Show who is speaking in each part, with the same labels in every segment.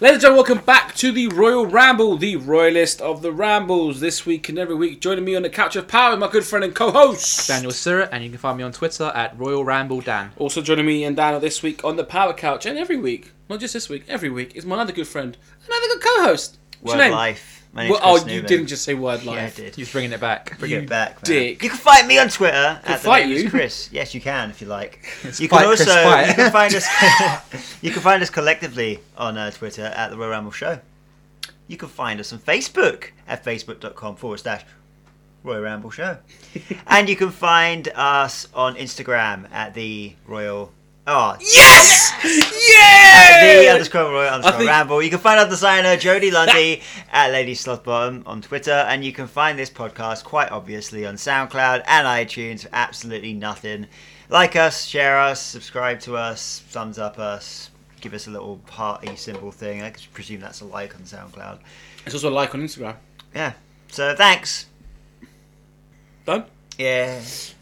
Speaker 1: Ladies and gentlemen, welcome back to the Royal Ramble, the royalist of the Rambles. This week and every week, joining me on the couch of power is my good friend and co-host
Speaker 2: Daniel Sura, and you can find me on Twitter at Royal Ramble Dan.
Speaker 1: Also joining me and Daniel this week on the power couch, and every week, not just this week, every week is my other good friend, another good co-host. What's
Speaker 3: Word
Speaker 1: your name?
Speaker 3: Life. My name's
Speaker 1: Well, oh,
Speaker 3: Chris
Speaker 1: you
Speaker 3: Newman.
Speaker 1: didn't just say word
Speaker 3: Yeah, I
Speaker 1: life.
Speaker 3: did.
Speaker 2: He's bringing it back.
Speaker 3: Bring it back, man.
Speaker 1: dick.
Speaker 3: You can find me on Twitter at the
Speaker 1: fight
Speaker 3: name is
Speaker 1: you.
Speaker 3: Chris. Yes, you can if you like.
Speaker 2: fight,
Speaker 3: you can
Speaker 2: Chris,
Speaker 3: also
Speaker 2: fight.
Speaker 3: you can find us. you can find us collectively on uh, Twitter at the Royal Ramble Show. You can find us on Facebook at facebook.com forward slash Royal Ramble Show, and you can find us on Instagram at the Royal. Oh,
Speaker 1: Yes!
Speaker 3: Uh, the
Speaker 1: Yeah!
Speaker 3: underscore royal underscore
Speaker 1: think-
Speaker 3: ramble. You can find our designer Jodie Lundy at Lady Slothbottom on Twitter, and you can find this podcast quite obviously on SoundCloud and iTunes. for Absolutely nothing. Like us, share us, subscribe to us, thumbs up us, give us a little party symbol thing. I presume that's a like on SoundCloud.
Speaker 1: It's also a like on Instagram.
Speaker 3: Yeah. So thanks.
Speaker 1: Done.
Speaker 3: Yeah.
Speaker 1: It's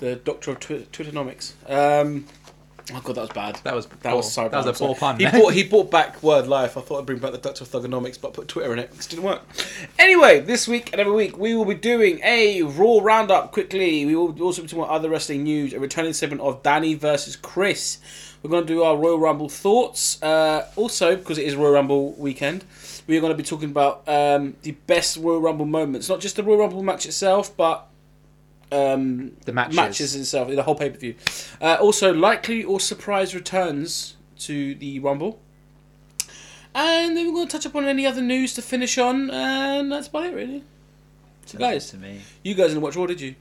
Speaker 1: the doctor of Twi- Twitternomics. Um, oh god, that was bad.
Speaker 2: That was
Speaker 1: That
Speaker 2: poor.
Speaker 1: was so
Speaker 2: That
Speaker 1: bad.
Speaker 2: was a
Speaker 1: I'm sorry.
Speaker 2: poor pun.
Speaker 1: He bought, he bought back Word Life. I thought I'd bring back the Doctor of Thugonomics, but put Twitter in it. It didn't work. Anyway, this week and every week, we will be doing a Raw roundup quickly. We will also be talking about other wrestling news, a returning segment of Danny versus Chris. We're going to do our Royal Rumble thoughts. Uh, also, because it is Royal Rumble weekend, we are going to be talking about um, the best Royal Rumble moments. Not just the Royal Rumble match itself, but um,
Speaker 2: The matches.
Speaker 1: matches itself, the whole pay per view. Uh, also, likely or surprise returns to the Rumble. And then we're going to touch upon any other news to finish on, and that's about it, really. So,
Speaker 3: Nice
Speaker 1: guys,
Speaker 3: to me.
Speaker 1: you guys didn't watch Raw, did you?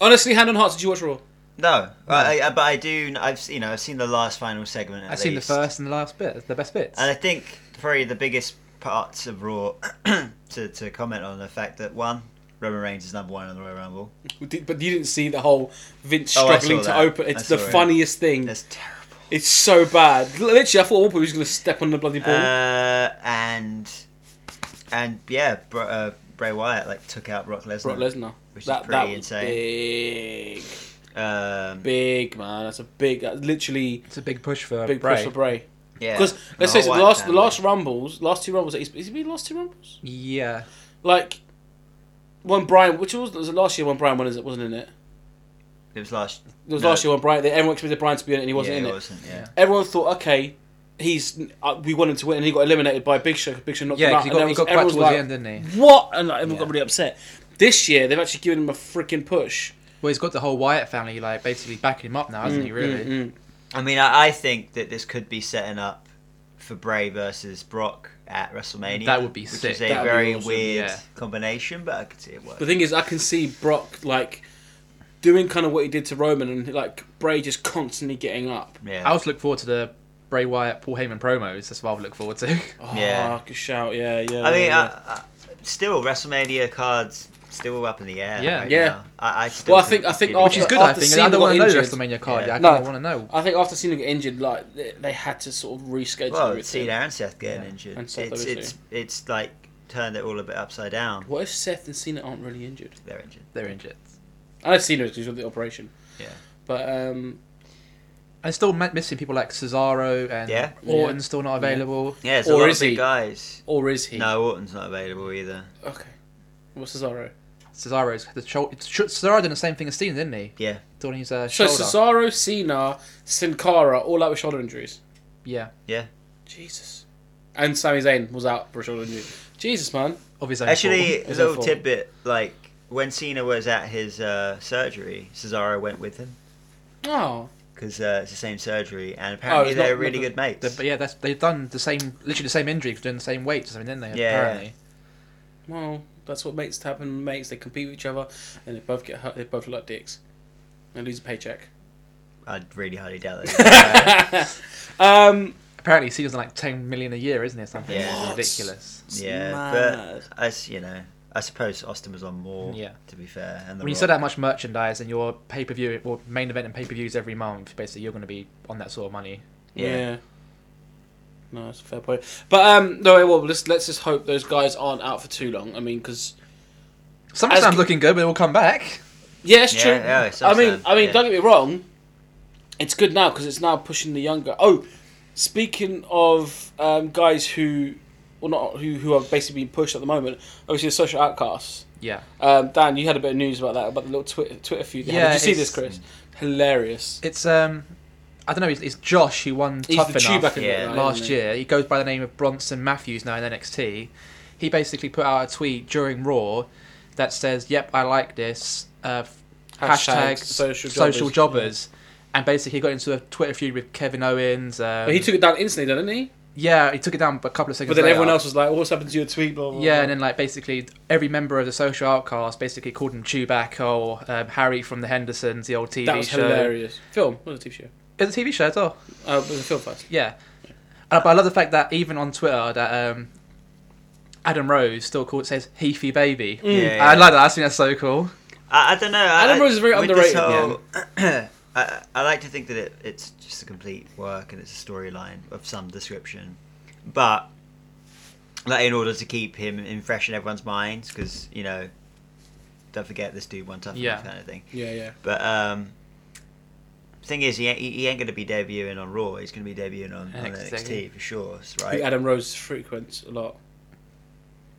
Speaker 1: Honestly, hand on heart, did you watch Raw?
Speaker 3: No, I, I, but I do. I've you know I've seen the last final segment. at
Speaker 2: I've seen the
Speaker 3: least.
Speaker 2: first and the last bit, the best bits.
Speaker 3: And I think probably the biggest parts of Raw to, to comment on the fact that one, Roman Reigns is number one on the Royal Rumble.
Speaker 1: We did- But you didn't see the whole Vince
Speaker 3: Oh, I saw
Speaker 1: struggling to
Speaker 3: that.
Speaker 1: open.
Speaker 3: I
Speaker 1: It's
Speaker 3: saw
Speaker 1: the
Speaker 3: it.
Speaker 1: funniest thing.
Speaker 3: That's terrible.
Speaker 1: It's so bad. Literally, I thought at one point he was going to step on the bloody ball.
Speaker 3: Uh, and and yeah, Br- uh, Bray Wyatt like took out Brock Lesnar.
Speaker 1: Brock Lesnar.
Speaker 3: Hmm. Which is
Speaker 1: That,
Speaker 3: pretty
Speaker 1: that was
Speaker 3: insane.
Speaker 1: big,
Speaker 3: Um,
Speaker 1: big man. That's a big, that's literally
Speaker 2: it's a big push for
Speaker 1: big
Speaker 2: Bray.
Speaker 1: push for Bray.
Speaker 3: yeah,
Speaker 1: Because
Speaker 3: And
Speaker 1: let's
Speaker 3: the
Speaker 1: face it,
Speaker 3: whole
Speaker 1: the
Speaker 3: Wyatt
Speaker 1: last the
Speaker 3: family.
Speaker 1: last rumbles, last two rumbles, that he's, has he been last two rumbles?
Speaker 2: Yeah,
Speaker 1: Like when Brian, which was, was it last year when Brian won, is it wasn't in it?
Speaker 3: It was last.
Speaker 1: It was
Speaker 3: No.
Speaker 1: last year when Brian. They, everyone expected Brian to be in it, and he wasn't
Speaker 3: yeah,
Speaker 1: in
Speaker 3: it
Speaker 1: it.
Speaker 3: wasn't. Yeah.
Speaker 1: Everyone thought, okay, he's uh, we want him to win, and he got eliminated by Big Show. 'cause Big Show knocked
Speaker 2: yeah,
Speaker 1: him out.
Speaker 2: because he
Speaker 1: and
Speaker 2: got, he
Speaker 1: everyone's-
Speaker 2: got back
Speaker 1: everyone's like,
Speaker 2: towards the end, didn't he?
Speaker 1: What? And like, everyone got
Speaker 3: Yeah.
Speaker 1: really upset. This year, they've actually given him a freaking push.
Speaker 2: Well, he's got the whole Wyatt family like basically backing him up now, hasn't he? Really?
Speaker 1: Mm, mm.
Speaker 3: I mean, I, I think that this could be setting up for Bray versus Brock at WrestleMania.
Speaker 2: That would be
Speaker 3: which
Speaker 2: sick.
Speaker 3: Is a
Speaker 1: That would be
Speaker 3: very
Speaker 1: awesome,
Speaker 3: weird
Speaker 2: yeah.
Speaker 3: combination, but I could see it working.
Speaker 1: The thing is, I can see Brock like doing kind of what he did to Roman, and like Bray just constantly getting up.
Speaker 3: yeah.
Speaker 2: I also look forward to the Bray Wyatt Paul Heyman promos. That's what I would look forward to.
Speaker 1: Oh,
Speaker 3: Yeah.
Speaker 1: good shout. Yeah, yeah.
Speaker 3: I mean,
Speaker 1: yeah.
Speaker 3: uh uh still WrestleMania cards still up in the air.
Speaker 2: Yeah.
Speaker 3: right
Speaker 1: Yeah.
Speaker 3: now. I, I still
Speaker 1: Well, I think I think
Speaker 3: it'd be
Speaker 2: Which is
Speaker 1: after-
Speaker 2: good, I
Speaker 1: after
Speaker 2: think. I
Speaker 1: Cena
Speaker 2: don't
Speaker 1: got
Speaker 2: want to know the
Speaker 1: injured-
Speaker 2: WrestleMania card.
Speaker 3: Yeah.
Speaker 2: Yeah, I
Speaker 1: No.
Speaker 2: kind of want to know.
Speaker 1: I think after Cena got injured, like they, they had to sort of reschedule.
Speaker 3: well,
Speaker 1: everything.
Speaker 3: Cena and Seth getting
Speaker 2: Yeah.
Speaker 3: injured.
Speaker 1: And Seth,
Speaker 3: it's
Speaker 1: obviously.
Speaker 3: it's it's like turned it all a bit upside down.
Speaker 1: What if Seth and Cena aren't really injured?
Speaker 3: They're injured.
Speaker 2: They're injured.
Speaker 1: I know Cena is because of the operation.
Speaker 3: Yeah.
Speaker 1: But um,
Speaker 2: And still ma- missing people like Cesaro and
Speaker 3: Yeah.
Speaker 2: Orton still not available.
Speaker 3: Yeah, it's
Speaker 1: Or
Speaker 3: a lot
Speaker 1: is
Speaker 3: of big
Speaker 1: he?
Speaker 3: guys.
Speaker 1: or is he?
Speaker 3: No, Orton's not available either.
Speaker 1: Okay. What's Cesaro?
Speaker 2: Cesaro's the shoulder. Cesaro did the same thing as Cena, didn't he?
Speaker 3: Yeah,
Speaker 2: Doing his uh,
Speaker 1: So
Speaker 2: shoulder.
Speaker 1: Cesaro, Cena, Sin Cara, all out with shoulder injuries.
Speaker 2: yeah,
Speaker 3: yeah.
Speaker 1: Jesus. And Sami Zayn was out for a shoulder injury. Jesus, man.
Speaker 2: obviously.
Speaker 3: Actually, a
Speaker 1: It's
Speaker 3: little
Speaker 1: awful.
Speaker 3: tidbit like when Cena was at his uh, surgery, Cesaro went with him
Speaker 1: Oh.
Speaker 3: because uh, it's the same surgery, and apparently
Speaker 1: it's
Speaker 3: they're
Speaker 1: not-
Speaker 3: really
Speaker 1: not the-
Speaker 3: good mates.
Speaker 2: but yeah, that's they've done the same, literally the same injury, 'cause doing the same weight or something, didn't they?
Speaker 3: Yeah.
Speaker 2: Apparently.
Speaker 1: Well, that's what mates happen. Mates, they compete with each other, and they both get hurt. They both look like dicks. They lose a paycheck.
Speaker 3: I really highly doubt that.
Speaker 1: um,
Speaker 2: Apparently, Cena's on like ten million a year, isn't it? Something
Speaker 3: Yeah.
Speaker 2: It's
Speaker 1: What?
Speaker 2: ridiculous.
Speaker 3: Yeah,
Speaker 1: Mad.
Speaker 3: but as you know, I suppose Austin was on more.
Speaker 2: Yeah.
Speaker 3: To be fair, and the
Speaker 2: When you
Speaker 3: Rock.
Speaker 2: sell that much merchandise and your pay per view or main event and pay per views every month, basically you're going to be on that sort of money.
Speaker 1: yeah.
Speaker 3: Yeah.
Speaker 1: No, it's a fair point. But um, no, well, let's let's just hope those guys aren't out for too long. I mean, because
Speaker 2: Sometimes
Speaker 1: As-
Speaker 2: looking good, but it will come back.
Speaker 1: yeah, it's
Speaker 3: Yeah,
Speaker 1: true.
Speaker 3: yeah, it's
Speaker 1: I mean,
Speaker 3: awesome.
Speaker 1: I mean,
Speaker 3: Yeah.
Speaker 1: don't get me wrong. It's good now because it's now pushing the younger. Oh, Speaking of um, guys who, well, not who who are basically being pushed at the moment. Obviously, the social outcasts.
Speaker 2: Yeah.
Speaker 1: Um, Dan, you had a bit of news about that, about the little Twitter Twitter feud. Yeah,
Speaker 2: Yeah,
Speaker 1: Did you see
Speaker 2: it's-
Speaker 1: this, Chris? Hilarious.
Speaker 2: It's um, I don't know. It's, it's Josh who won
Speaker 1: He's
Speaker 2: Tough
Speaker 1: the
Speaker 2: Enough
Speaker 1: Chewbacca
Speaker 3: yeah,
Speaker 1: guy,
Speaker 2: last
Speaker 1: isn't he?
Speaker 2: year. He goes by the name of Bronson Matthews now in NXT. He basically put out a tweet during Raw that says, "Yep, I like this." Uh, f-
Speaker 1: Hashtag
Speaker 2: hashtag,
Speaker 1: social
Speaker 2: social,
Speaker 1: jobbers.
Speaker 2: jobbers. And basically, he got into a Twitter feud with Kevin Owens. Um,
Speaker 1: But he took it down instantly, didn't he?
Speaker 2: yeah, he took it down a couple of seconds.
Speaker 1: But then
Speaker 2: later.
Speaker 1: everyone else was like, "What's happened to your tweet?" Blah, blah,
Speaker 2: Yeah,
Speaker 1: blah.
Speaker 2: and then like basically every member of the social outcast basically called him Chewbacca or um, Harry from the Hendersons, the old TV
Speaker 1: that was
Speaker 2: show.
Speaker 1: hilarious. Film was a TV show.
Speaker 2: It's a TV show as well.
Speaker 1: Uh, it was a film first.
Speaker 2: Yeah, Uh, but I love the fact that even on Twitter that um, Adam Rose still calls says Heafy
Speaker 1: Mm.
Speaker 2: baby.
Speaker 3: Yeah.
Speaker 2: I like that. I think that's so cool.
Speaker 3: I, I don't know. I-
Speaker 1: Adam Rose is very
Speaker 3: with this
Speaker 1: underrated,
Speaker 3: whole- I, I like to think that it, it's just a complete work and it's a storyline of some description, but like in order to keep him in fresh in everyone's minds, because you know, don't forget this dude one tough
Speaker 2: Yeah.
Speaker 3: enough kind of thing.
Speaker 1: Yeah, yeah.
Speaker 3: But um, thing is, he ain't, he ain't going to be debuting on Raw. He's going to be debuting on NXT, on
Speaker 2: NXT.
Speaker 3: NXT for sure,
Speaker 1: Who
Speaker 3: right?
Speaker 1: Adam Rose frequents a lot,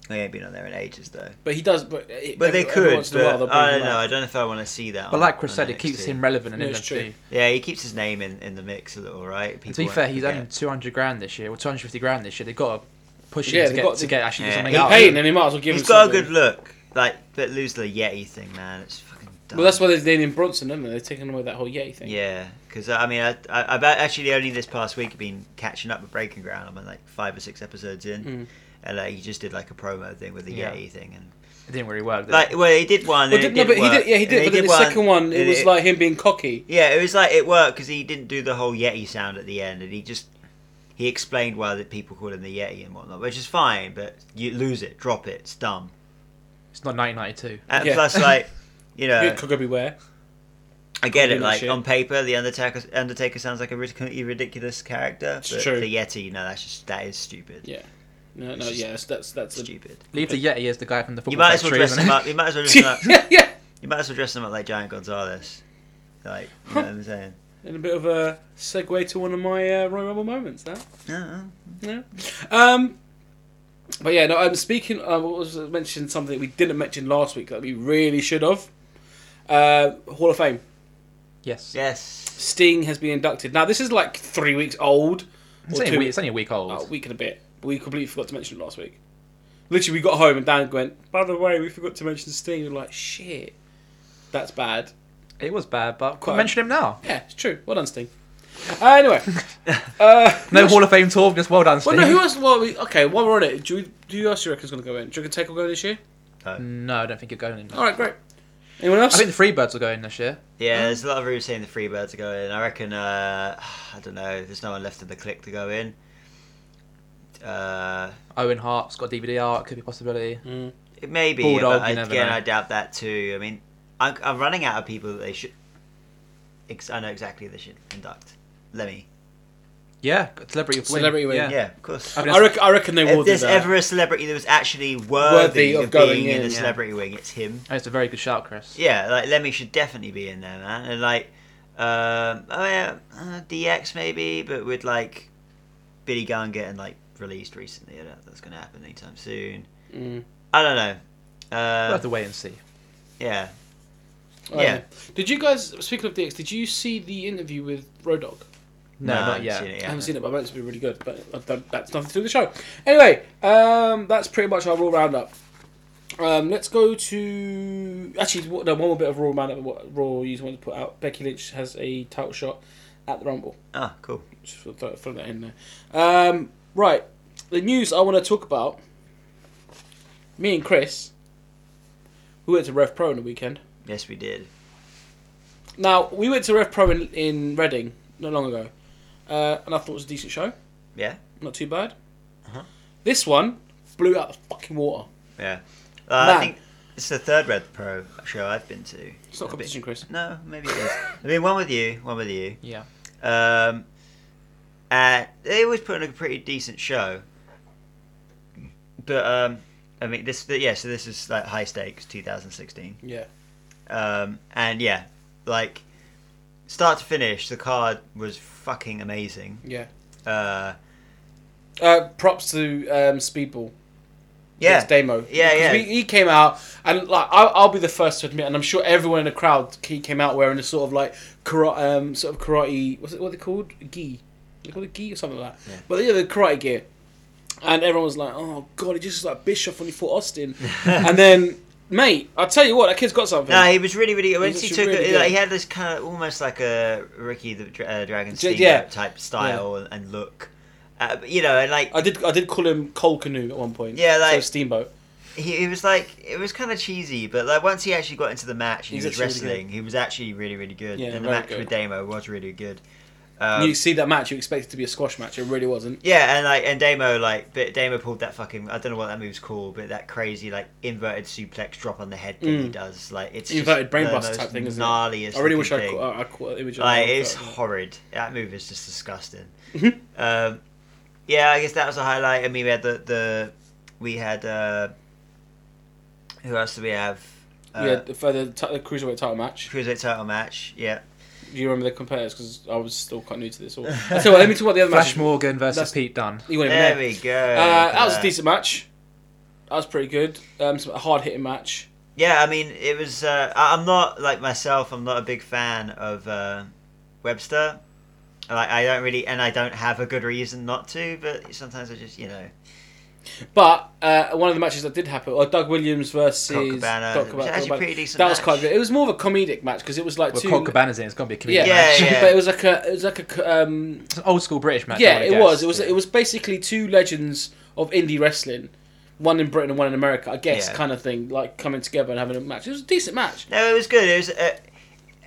Speaker 3: They ain't been on there in ages though.
Speaker 1: but he does. But, it-
Speaker 3: But
Speaker 1: every-
Speaker 3: they
Speaker 1: every
Speaker 3: could.
Speaker 1: once in a while
Speaker 3: But,
Speaker 1: they'll bring
Speaker 3: I
Speaker 1: him
Speaker 3: don't know.
Speaker 1: out.
Speaker 3: I don't know if I want to see that.
Speaker 2: But
Speaker 3: on-
Speaker 2: like Chris
Speaker 3: on
Speaker 2: said, it
Speaker 3: NXT.
Speaker 2: keeps him relevant and
Speaker 1: No,
Speaker 2: in
Speaker 1: it's true.
Speaker 2: the
Speaker 3: Yeah, he keeps his name in, in the mix a little, right?
Speaker 2: To be
Speaker 3: won't
Speaker 2: fair, he's
Speaker 3: forget.
Speaker 2: earning two hundred grand this year or two hundred fifty grand this year. They've got to push him
Speaker 1: Yeah,
Speaker 2: to
Speaker 1: they've
Speaker 2: get
Speaker 1: got
Speaker 2: to
Speaker 1: to-
Speaker 2: get actually
Speaker 3: Yeah.
Speaker 2: do something
Speaker 1: He's
Speaker 2: out.
Speaker 1: paying, and he might as well give
Speaker 3: He's
Speaker 1: him
Speaker 3: got a
Speaker 1: something.
Speaker 3: good look, like but lose the Yeti thing, man. It's fucking dumb.
Speaker 1: Well, that's why they're naming Bronson, isn't they? They're taking away that whole Yeti thing.
Speaker 3: Yeah, because I mean, I, I, I've actually only this past week been catching up with Breaking Ground. I'm like five or six episodes in,
Speaker 1: Mm.
Speaker 3: and like he just did like a promo thing with the
Speaker 2: Yeah.
Speaker 3: Yeti thing, and
Speaker 2: It didn't really work. did
Speaker 3: like
Speaker 2: it?
Speaker 3: well, he did one.
Speaker 1: Well,
Speaker 3: and
Speaker 1: did,
Speaker 3: it
Speaker 1: no, but
Speaker 3: didn't
Speaker 1: he did,
Speaker 3: work,
Speaker 1: yeah, he
Speaker 3: and
Speaker 1: did. But then the second one, it
Speaker 3: and
Speaker 1: was like him being cocky.
Speaker 3: Yeah, it was like it worked because he didn't do the whole Yeti sound at the end, and he just he explained why that people call him the Yeti and whatnot, which is fine. But you lose it, drop it, it's dumb.
Speaker 2: It's not nineteen ninety two.
Speaker 3: And
Speaker 1: Yeah.
Speaker 3: plus, like you know,
Speaker 1: Good cocker beware.
Speaker 3: I get it.
Speaker 1: Could be
Speaker 3: Like
Speaker 1: shit.
Speaker 3: on paper, the Undertaker Undertaker sounds like a ridiculously ridiculous character,
Speaker 1: It's
Speaker 3: but
Speaker 1: true.
Speaker 3: the Yeti, no, that's just that is stupid.
Speaker 1: Yeah. No,
Speaker 3: It's
Speaker 1: no,
Speaker 3: just
Speaker 1: yeah, that's that's, that's a,
Speaker 3: Stupid.
Speaker 2: Leave the Yeti as the guy from the football
Speaker 3: You might as well
Speaker 2: factory,
Speaker 3: dress
Speaker 2: isn't
Speaker 3: him
Speaker 2: it?
Speaker 3: up. You might as well dress him up.
Speaker 1: yeah, yeah,
Speaker 3: You might as well dress him up like Giant Gonzalez. Like you know what I'm saying.
Speaker 1: and a bit of a segue to one of my uh, Royal Rumble moments. That.
Speaker 3: Uh-uh.
Speaker 1: Yeah. Um, but yeah, no. I'm speaking. I was mentioned something we didn't mention last week that we really should have. Uh, Hall of Fame.
Speaker 2: Yes.
Speaker 3: Yes.
Speaker 1: Sting has been inducted. Now this is like three weeks old.
Speaker 2: It's
Speaker 1: or
Speaker 2: only, a
Speaker 1: two-
Speaker 2: week, it's only a week old.
Speaker 1: Oh, a week and a bit. But we completely forgot to mention it last week. Literally, we got home and Dan went. By the way, we forgot to mention Sting. We're like, shit, that's bad.
Speaker 2: It was bad, but
Speaker 1: Quite-
Speaker 2: mention him now.
Speaker 1: Yeah, it's true. Well done, Sting. Uh, anyway, uh,
Speaker 2: No
Speaker 1: who
Speaker 2: Hall of Fame talk, just well done,
Speaker 1: Well,
Speaker 2: Steve.
Speaker 1: no, who else? Well, we, okay, while we're on it, do you, do you else you reckon's going to go in? Do you reckon Take will go this year?
Speaker 3: No.
Speaker 2: No, I don't think you're going in.
Speaker 3: Oh.
Speaker 1: All right, great. Anyone else?
Speaker 2: I think the Freebirds will go in this year.
Speaker 3: Yeah, there's a lot of rumors saying the Freebirds are going. I reckon. Uh, I don't know. There's no one left in the click to go in. Uh,
Speaker 2: Owen Hart's got a DVD art, could be a possibility.
Speaker 1: Mm.
Speaker 3: It may be,
Speaker 2: Bulldog,
Speaker 3: but
Speaker 2: you never
Speaker 3: again,
Speaker 2: know.
Speaker 3: I doubt that too. I mean, I'm, I'm running out of people that they should. Ex- I know exactly who they should induct. Lemmy.
Speaker 2: Yeah, celebrity win.
Speaker 1: Celebrity win,
Speaker 2: Yeah.
Speaker 3: Yeah, of course.
Speaker 2: I mean,
Speaker 1: I, reckon, I reckon they will
Speaker 3: if
Speaker 1: do
Speaker 3: there's
Speaker 1: that.
Speaker 3: ever a celebrity that was actually worthy,
Speaker 1: Worthy of
Speaker 3: of,
Speaker 1: going
Speaker 3: being in,
Speaker 1: in,
Speaker 3: the
Speaker 1: yeah.
Speaker 3: celebrity wing, it's him.
Speaker 2: That's a very good shout, Chris.
Speaker 3: Yeah, like Lemmy should definitely be in there, man. And like, um, oh yeah, uh, DX maybe, but with like Billy Gunn getting like released recently, I don't know if that's going to happen anytime soon.
Speaker 1: Mm.
Speaker 3: I don't know.
Speaker 2: We'll
Speaker 3: Uh,
Speaker 2: have to wait and see.
Speaker 3: yeah.
Speaker 1: All right.
Speaker 3: Yeah.
Speaker 1: Did you guys, speaking of DX, did you see the interview with Road Dogg?
Speaker 2: No,
Speaker 3: I
Speaker 2: not
Speaker 3: haven't
Speaker 2: yet.
Speaker 3: seen it
Speaker 1: I haven't seen it, but I meant it to be really good. But I don't- that's nothing to do with the show. Anyway, um, that's pretty much our raw roundup. Um, let's go to actually what- no, one more bit of raw roundup. What raw you wanted to put out? Becky Lynch has a title shot at the Rumble.
Speaker 3: Oh, cool.
Speaker 1: Just throw, throw- throw that in there. Um, right, the news I want to talk about. Me and Chris, we went to Rev Pro on the weekend.
Speaker 3: Yes, we did.
Speaker 1: Now we went to Rev Pro in, in Reading not long ago, uh, and I thought it was a decent show.
Speaker 3: Yeah,
Speaker 1: Not too bad. This one blew out the fucking water.
Speaker 3: yeah. Uh,
Speaker 1: Man.
Speaker 3: I think it's the third Red Pro show I've been to.
Speaker 1: It's not a competition, Chris.
Speaker 3: No, maybe it is. I mean, one with you, one with you.
Speaker 2: Yeah.
Speaker 3: Um, uh, they always put on a pretty decent show, but um, I mean, this yeah. So this is like high stakes, 2016.
Speaker 1: Yeah.
Speaker 3: Um, and yeah, like start to finish, the card was fucking amazing.
Speaker 1: Yeah.
Speaker 3: Uh,
Speaker 1: Uh, props to um, Speedball.
Speaker 3: yeah,
Speaker 1: His demo.
Speaker 3: Yeah,
Speaker 1: 'Cause
Speaker 3: yeah.
Speaker 1: we- he came out, and like I'll, I'll be the first to admit, and I'm sure everyone in the crowd he came out wearing a sort of like karate, um, sort of karate. What's it? What they called? Gi. They called it gi or something like that. But yeah, the karate gear. And everyone was like, "Oh God, it just looks like Bischoff when he fought Austin." and then, mate, I'll tell you what, that kid's got something.
Speaker 3: No, he was really, really good. Once he
Speaker 1: actually
Speaker 3: took
Speaker 1: really
Speaker 3: it, like,
Speaker 1: good.
Speaker 3: he had this kind of almost like a Ricky the Dra- uh, Dragon
Speaker 1: J-
Speaker 3: Steamboat
Speaker 1: yeah.
Speaker 3: type style and, and look. Uh, but, you know, and like
Speaker 1: I did. I did call him Cold Canoe at one point.
Speaker 3: Yeah, like-
Speaker 1: so Steamboat.
Speaker 3: he, he was like it was kind of cheesy, but like once he actually got into the match and
Speaker 1: He's
Speaker 3: he was
Speaker 1: actually really
Speaker 3: wrestling, he was actually really, really good.
Speaker 1: Yeah,
Speaker 3: and the
Speaker 1: very
Speaker 3: match
Speaker 1: good.
Speaker 3: with Damo was really good. Um,
Speaker 1: you see that match, you expect it to be a squash match. It really wasn't.
Speaker 3: yeah, and like and Damo like but Damo pulled that fucking I don't know what that move's called, but that crazy like inverted suplex drop on the head thing he
Speaker 1: Mm.
Speaker 3: does. Like it's
Speaker 1: Inverted
Speaker 3: just the
Speaker 1: brainbuster
Speaker 3: most
Speaker 1: type thing, isn't it?
Speaker 3: gnarliest
Speaker 1: I really
Speaker 3: looking
Speaker 1: wish I
Speaker 3: thing.
Speaker 1: caught, I caught an image. of
Speaker 3: Like
Speaker 1: that.
Speaker 3: it's horrid. That move is just disgusting.
Speaker 1: Mm-hmm.
Speaker 3: um, yeah, I guess that was a highlight. I mean, we had the the we had uh, who else did we have? Uh,
Speaker 1: yeah, for the, t- the cruiserweight title match.
Speaker 3: cruiserweight title match. Yeah,
Speaker 1: Do you remember the competitors? Because I was still quite new to this. All. I tell you what, let me talk about the other
Speaker 2: Flash
Speaker 1: match.
Speaker 2: Morgan versus
Speaker 1: That's-
Speaker 2: Pete Dunne.
Speaker 1: You weren't even
Speaker 3: there
Speaker 1: there.
Speaker 3: we go.
Speaker 1: Uh, that was
Speaker 3: Uh,
Speaker 1: a decent match. That was pretty good. Um, some- a hard hitting match.
Speaker 3: Yeah, I mean, it was. Uh, I- I'm not like myself. I'm not a big fan of uh, Webster. Like, I don't really, and I don't have a good reason not to. But sometimes I just, you know,
Speaker 1: But uh, one of the matches that did happen, or Doug Williams versus
Speaker 3: Colt Cabana,
Speaker 1: Doug
Speaker 3: which
Speaker 1: Cabana-
Speaker 3: was uh, actually
Speaker 1: Cabana.
Speaker 3: pretty decent
Speaker 1: That was
Speaker 3: match.
Speaker 1: quite good. It was more of a comedic match because it was like
Speaker 2: Well,
Speaker 1: two.
Speaker 2: Colt Cabana's in. It's gonna be a
Speaker 1: yeah,
Speaker 2: comedian.
Speaker 3: Yeah,
Speaker 2: match.
Speaker 3: yeah.
Speaker 1: but it was like a it was like a c- um,
Speaker 2: It's an old school British match. I
Speaker 1: Yeah,
Speaker 2: would
Speaker 1: it
Speaker 2: guess.
Speaker 1: was. It was. It was basically two legends of indie wrestling, one in Britain and one in America. I guess
Speaker 3: Yeah.
Speaker 1: kind of thing, like coming together and having a match. It was a decent match.
Speaker 3: No, it was good. It was uh,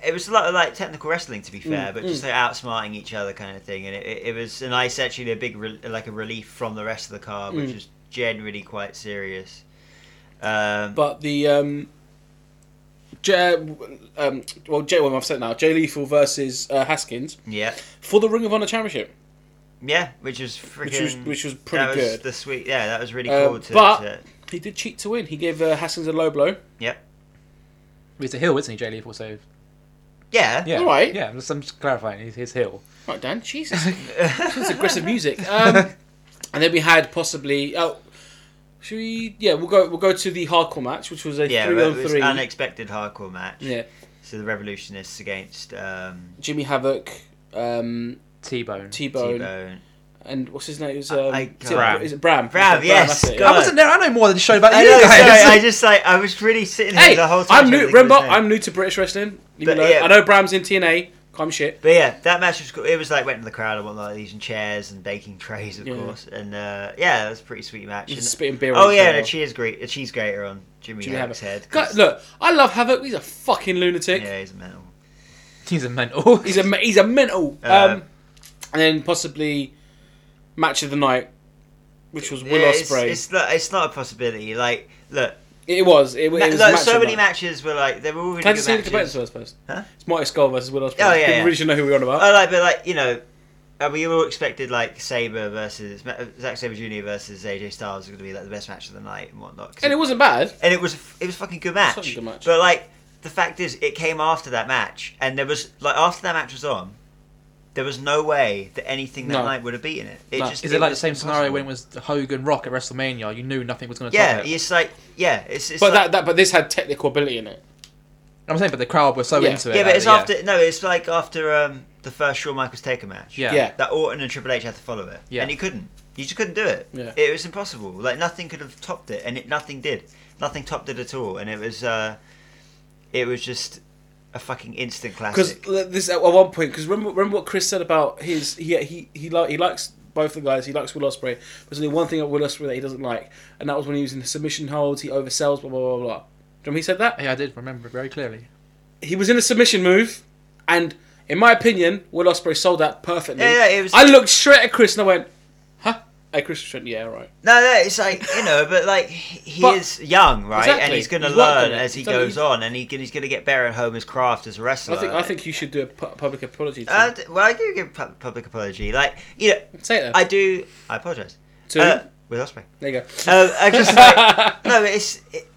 Speaker 3: it was a lot of like technical wrestling,
Speaker 1: Mm,
Speaker 3: to be fair, but just like outsmarting each other kind of thing. And it, it, it was a nice, actually, a big re- like a relief from the rest of the card,
Speaker 1: Mm.
Speaker 3: which is generally quite serious. Um,
Speaker 1: But the um, J- um well, Jay, well, I've said now, Jay Lethal versus uh, Haskins
Speaker 3: yeah,
Speaker 1: for the Ring of Honor Championship.
Speaker 3: yeah, which was freaking,
Speaker 1: Which was- which was pretty
Speaker 3: that
Speaker 1: good.
Speaker 3: The sweet, yeah, that was really
Speaker 1: Uh,
Speaker 3: cool. To,
Speaker 1: but-
Speaker 3: to-
Speaker 1: He did cheat to win. He gave uh, Haskins a low blow.
Speaker 3: yep,
Speaker 2: He's a heel, isn't he, Jay Lethal? So
Speaker 3: yeah,
Speaker 2: yeah,
Speaker 1: All right.
Speaker 2: Yeah, I'm just, I'm just clarifying. He's, he's heel.
Speaker 1: Right, Dan. Jesus, that's aggressive music. Um, and then we had possibly. Oh, should we? Yeah, we'll go. We'll go to the hardcore match, which was a
Speaker 3: yeah,
Speaker 1: three
Speaker 3: but
Speaker 1: on
Speaker 3: it was
Speaker 1: three.
Speaker 3: unexpected hardcore match.
Speaker 1: yeah,
Speaker 3: So the revolutionists against um,
Speaker 1: Jimmy Havoc, um,
Speaker 2: T-Bone.
Speaker 1: T Bone,
Speaker 3: T-Bone.
Speaker 1: and what's his name? It was, um,
Speaker 3: I-
Speaker 1: is it-
Speaker 2: Bram.
Speaker 1: Is it Bram?
Speaker 3: Bram,
Speaker 1: It's
Speaker 3: yes,
Speaker 1: that's it.
Speaker 3: God.
Speaker 2: I wasn't there. I know more than the show about
Speaker 3: I
Speaker 2: you
Speaker 3: know,
Speaker 2: guys.
Speaker 3: sorry, I just like I was really sitting here
Speaker 1: Hey,
Speaker 3: the whole
Speaker 1: I'm
Speaker 3: time. trying to
Speaker 1: new.
Speaker 3: think of his
Speaker 1: Remember,
Speaker 3: name.
Speaker 1: I'm new to British wrestling. Leave me
Speaker 3: But,
Speaker 1: alone.
Speaker 3: yeah.
Speaker 1: I know Bram's in TNA. Calm shit.
Speaker 3: But yeah, that match was cool. It was like went to the crowd and whatnot, using chairs and baking trays, of
Speaker 1: Yeah.
Speaker 3: course. And uh, yeah, that was a pretty sweet match.
Speaker 1: He's
Speaker 3: And-
Speaker 1: spitting beer.
Speaker 3: oh
Speaker 1: on
Speaker 3: yeah,
Speaker 1: the
Speaker 3: and a
Speaker 1: floor.
Speaker 3: cheese grate, a cheese grater on Jimmy,
Speaker 1: Jimmy
Speaker 3: Havoc.
Speaker 1: Havoc.
Speaker 3: head.
Speaker 1: God, look, I love Havoc. He's a fucking lunatic.
Speaker 3: yeah, he's mental.
Speaker 2: He's a mental.
Speaker 1: He's a he's a mental.
Speaker 3: Uh,
Speaker 1: um, and then possibly match of the night, which was Will
Speaker 3: yeah, it's,
Speaker 1: Ospreay.
Speaker 3: it's not, it's not a possibility. Like, look,
Speaker 1: it was. It, it
Speaker 3: ma-
Speaker 1: was
Speaker 3: look,
Speaker 1: match
Speaker 3: so
Speaker 1: of
Speaker 3: many
Speaker 1: the night.
Speaker 3: matches were like they were all really
Speaker 1: Can I
Speaker 3: good
Speaker 1: just see the competitors
Speaker 3: matches.
Speaker 1: first, first?
Speaker 3: Huh? Oh,
Speaker 1: It's Marty Skull versus Will Ospreay.
Speaker 3: yeah,
Speaker 1: People
Speaker 3: yeah. Oh,
Speaker 1: really should know who we're on about.
Speaker 3: I like, but like you know, uh, we all expected like Saber versus Zack Saber Jr. versus AJ Styles was going to be like the best match of the night and whatnot. 'cause
Speaker 1: and it wasn't bad.
Speaker 3: and it was it was a fucking good match.
Speaker 1: Such a good match.
Speaker 3: But like the fact is, it came after that match, and there was like after that match was on, there was no way that anything that
Speaker 1: No.
Speaker 3: night would have beaten it. It
Speaker 1: No.
Speaker 3: just
Speaker 2: Is it like the
Speaker 3: was
Speaker 2: same scenario
Speaker 3: impossible.
Speaker 2: when it was Hogan Rock at WrestleMania? You knew nothing was going to
Speaker 3: Yeah,
Speaker 2: top it.
Speaker 3: it's like yeah, it's, it's
Speaker 1: But
Speaker 3: like-
Speaker 1: that, that but this had technical ability in it.
Speaker 2: I'm saying, but the crowd were so
Speaker 1: Yeah.
Speaker 2: into it.
Speaker 3: yeah,
Speaker 2: like,
Speaker 3: but it's after no, it's like after um the first Shawn Michaels Taker match.
Speaker 2: Yeah.
Speaker 1: Yeah.
Speaker 3: that Orton and Triple H had to follow it,
Speaker 2: Yeah.
Speaker 3: and he couldn't. You just couldn't do it.
Speaker 1: Yeah.
Speaker 3: It was impossible. Like nothing could have topped it, and it nothing did. Nothing topped it at all, and it was uh, it was just a fucking instant
Speaker 1: Because
Speaker 3: classic.
Speaker 1: this at one point, because remember, remember what Chris said about his he he he, li- he likes both the guys. He likes Will Ospreay. There's only one thing about Will Ospreay that he doesn't like, and that was when he was in the submission holds. He oversells. Blah blah blah blah. Do you remember he said that?
Speaker 2: Yeah, I did remember very clearly.
Speaker 1: He was in a submission move, and in my opinion, Will Ospreay sold that perfectly.
Speaker 3: Yeah, yeah, it was-
Speaker 1: I looked straight at Chris and I went, "Huh?" Hey, Chris was went, "Yeah, all right."
Speaker 3: No, no, it's like you know, but like he
Speaker 1: But-
Speaker 3: is young, right? And
Speaker 1: Exactly.
Speaker 3: he's going to
Speaker 1: He's worked on
Speaker 3: learn
Speaker 1: it.
Speaker 3: as he
Speaker 1: He's done it.
Speaker 3: goes on, and he, can- he's going to get better at home his craft as a wrestler.
Speaker 1: I think I think you should do a pu- public apology. To
Speaker 3: Uh,
Speaker 1: him.
Speaker 3: d- well, I do give pu- public apology. Like you know,
Speaker 1: Say it. Then.
Speaker 3: I do. I apologize.
Speaker 1: To-
Speaker 3: uh, with Osprey.
Speaker 1: there you go.
Speaker 3: Uh, I just like no, it's it,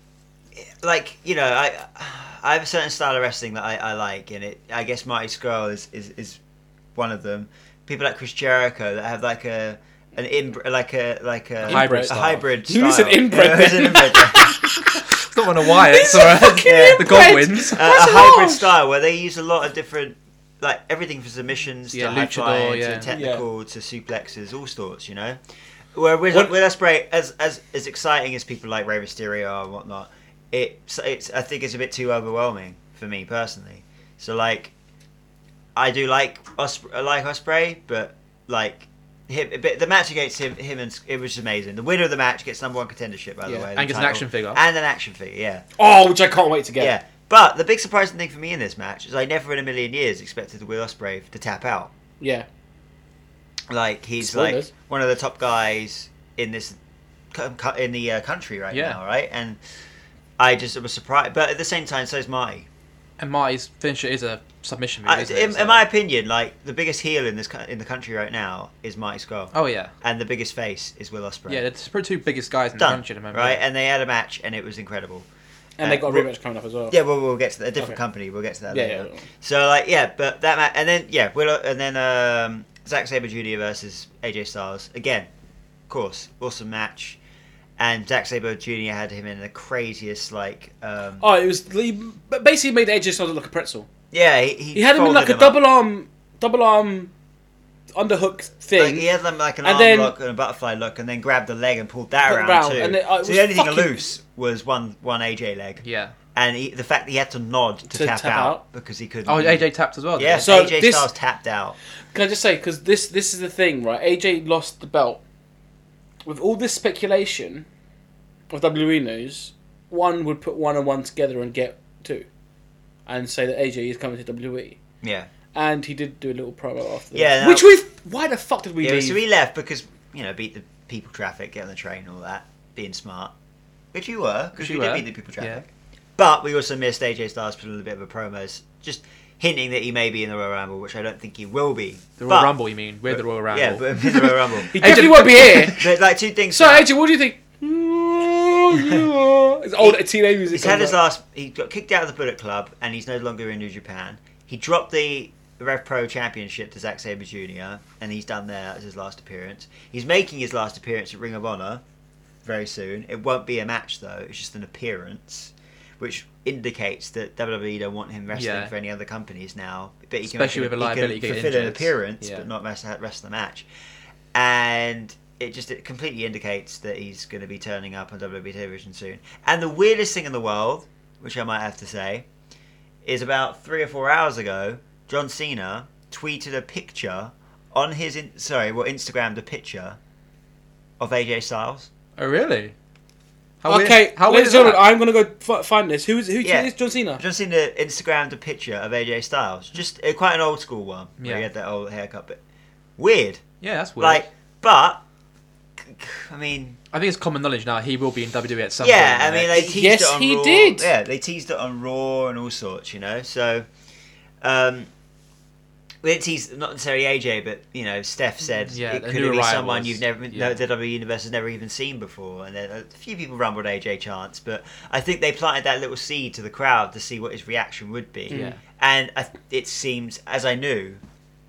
Speaker 3: it- like you know, I I have a certain style of wrestling that I, I like, and it I guess Marty Skrull is, is is one of them. people like Chris Jericho that have like a an in like a like a
Speaker 2: Hybrid
Speaker 3: a
Speaker 2: style.
Speaker 3: hybrid.
Speaker 1: You said
Speaker 3: style.
Speaker 1: inbred
Speaker 3: Yeah, it was an
Speaker 1: then.
Speaker 3: inbred.
Speaker 2: It's not one of Wyatt's or uh,
Speaker 3: Yeah.
Speaker 2: the Godwins.
Speaker 3: a
Speaker 1: That's
Speaker 3: hybrid
Speaker 1: harsh.
Speaker 3: style where they use a lot of different, like everything from submissions
Speaker 2: Yeah,
Speaker 3: to high
Speaker 2: luchador,
Speaker 3: flying
Speaker 2: yeah.
Speaker 3: to technical to suplexes, all sorts. You know, where with,
Speaker 1: What-
Speaker 3: with us, Bray, as as as exciting as people like Rey Mysterio and whatnot, it's it's I think it's a bit too overwhelming for me personally. So like, I do like Osprey, like Osprey, but like. Him, but the match against him, him and it was amazing. The winner of the match gets number one contendership, by
Speaker 2: Yeah,
Speaker 3: the way,
Speaker 2: and
Speaker 3: the
Speaker 2: gets an
Speaker 3: title.
Speaker 2: action figure.
Speaker 3: and an action figure, yeah.
Speaker 1: Oh, which I can't wait to get.
Speaker 3: Yeah. But the big surprising thing for me in this match is I never in a million years expected Will Ospreay to tap out.
Speaker 1: Yeah.
Speaker 3: Like he's
Speaker 1: Spoilers.
Speaker 3: like one of the top guys in this co- co- in the uh, country right
Speaker 2: Yeah.
Speaker 3: now, right? And I just was surprised, but at the same time, so is Marty.
Speaker 2: And Marty's finisher is a submission move.
Speaker 3: I,
Speaker 2: isn't it?
Speaker 3: in,
Speaker 2: So-
Speaker 3: in my opinion, like the biggest heel in this co- in the country right now is Marty Scurll,
Speaker 2: oh yeah,
Speaker 3: and the biggest face is Will Ospreay.
Speaker 2: yeah. It's the two biggest guys in the
Speaker 3: done
Speaker 2: country at the moment.
Speaker 3: right, and they had a match, and it was incredible.
Speaker 1: And
Speaker 3: Uh,
Speaker 1: they got a rematch coming up as well.
Speaker 3: Yeah, well, we'll get to that. A different
Speaker 1: Okay.
Speaker 3: company. We'll get to that
Speaker 1: Yeah,
Speaker 3: later.
Speaker 1: yeah.
Speaker 3: So like, yeah, but that match, and then yeah, Willow, and then um, Zack Saber Jr. versus AJ Styles again. Of course, awesome match. And Zack Saber Jr. had him in the craziest like. Um,
Speaker 1: Oh, it was he basically made Edge just look like a pretzel.
Speaker 3: Yeah, he, he,
Speaker 1: He had him in
Speaker 3: folded
Speaker 1: like a
Speaker 3: up.
Speaker 1: double arm, double arm, underhook
Speaker 3: Like,
Speaker 1: thing.
Speaker 3: he had them like an
Speaker 1: And
Speaker 3: arm
Speaker 1: then-
Speaker 3: lock and a butterfly lock, and then grabbed the leg and pulled that
Speaker 1: Put it
Speaker 3: around,
Speaker 1: round,
Speaker 3: too.
Speaker 1: and then, uh, it
Speaker 3: so
Speaker 1: was
Speaker 3: the only thing
Speaker 1: fucking-
Speaker 3: loose was one one AJ leg,
Speaker 2: Yeah.
Speaker 3: and he, the fact that he had to nod to,
Speaker 1: To
Speaker 3: tap,
Speaker 1: tap
Speaker 3: out,
Speaker 1: out.
Speaker 3: because he couldn't.
Speaker 2: Oh, AJ tapped as well. didn't
Speaker 3: Yeah,
Speaker 2: he?
Speaker 1: So
Speaker 3: AJ
Speaker 1: this-
Speaker 3: Styles tapped out.
Speaker 1: Can I just say because this this is the thing, right? AJ lost the belt with all this speculation of WWE news. One would put one and one together and get two, and say that AJ is coming to WWE.
Speaker 3: Yeah.
Speaker 1: And he did do a little promo after.
Speaker 3: Yeah,
Speaker 1: that.
Speaker 3: no.
Speaker 1: which we why the fuck did we
Speaker 3: Yeah,
Speaker 1: leave?
Speaker 3: so we left because you know beat the people traffic, get on the train, all that, being smart, which you were because
Speaker 2: You
Speaker 3: we did
Speaker 2: were.
Speaker 3: beat the people
Speaker 2: Yeah.
Speaker 3: traffic. But we also missed AJ Styles putting a little bit of a promos, just hinting that he may be in the Royal Rumble, which I don't think he will be.
Speaker 2: The Royal
Speaker 3: But-
Speaker 2: Rumble, you mean? We're the Royal Rumble.
Speaker 3: Yeah, but in the Royal Rumble.
Speaker 1: he definitely won't be here.
Speaker 3: There's like two things.
Speaker 1: So AJ, what do you think? it's old TNA music.
Speaker 3: he's had his
Speaker 1: comes up.
Speaker 3: last. He got kicked out of the Bullet Club, and he's no longer in New Japan. He dropped the Rev Pro Championship to Zack Saber Jr., and he's done there as his last appearance. He's making his last appearance at Ring of Honor very soon. It won't be a match though; it's just an appearance, which indicates that WWE don't want him wrestling
Speaker 2: Yeah.
Speaker 3: for any other companies now. But he
Speaker 2: Especially
Speaker 3: can make
Speaker 2: with a
Speaker 3: an-
Speaker 2: liability
Speaker 3: he
Speaker 2: getting
Speaker 3: can fulfill an
Speaker 2: injured.
Speaker 3: appearance,
Speaker 2: Yeah.
Speaker 3: but not rest, rest the match. And it just it completely indicates that he's going to be turning up on WWE television soon. And the weirdest thing in the world, which I might have to say, is about three or four hours ago, John Cena tweeted a picture on his in- sorry, well, Instagram the picture of AJ Styles.
Speaker 2: Oh really? How weird-
Speaker 1: okay,
Speaker 2: How weird
Speaker 1: ladies
Speaker 2: is
Speaker 1: and gentlemen,
Speaker 2: that?
Speaker 1: I'm gonna go f- find this. Who is who
Speaker 3: Yeah.
Speaker 1: is John Cena?
Speaker 3: I've just seen the Instagram the picture of AJ Styles, just uh, quite an old school one. Yeah,
Speaker 2: Yeah.
Speaker 3: he had that old haircut, but weird.
Speaker 2: yeah, that's weird.
Speaker 3: Like, but c- c- I mean,
Speaker 2: I think it's common knowledge now. He will be in WWE at some
Speaker 3: yeah, I
Speaker 2: point.
Speaker 3: mean,
Speaker 2: like,
Speaker 3: they teased
Speaker 1: Yes,
Speaker 3: it on
Speaker 1: he
Speaker 3: Raw.
Speaker 1: did.
Speaker 3: Yeah, they teased it on Raw and all sorts, you know. So, um, they teased not necessarily AJ, but you know, Steph said
Speaker 2: Yeah,
Speaker 3: it
Speaker 2: the
Speaker 3: could
Speaker 2: new
Speaker 3: be someone
Speaker 2: arrivals.
Speaker 3: you've never,
Speaker 2: Yeah.
Speaker 3: no, WWE E universe has never even seen before, and then a few people rumbled AJ chance, but I think they planted that little seed to the crowd to see what his reaction would be.
Speaker 2: Yeah.
Speaker 3: and I, th- it seems, as I knew,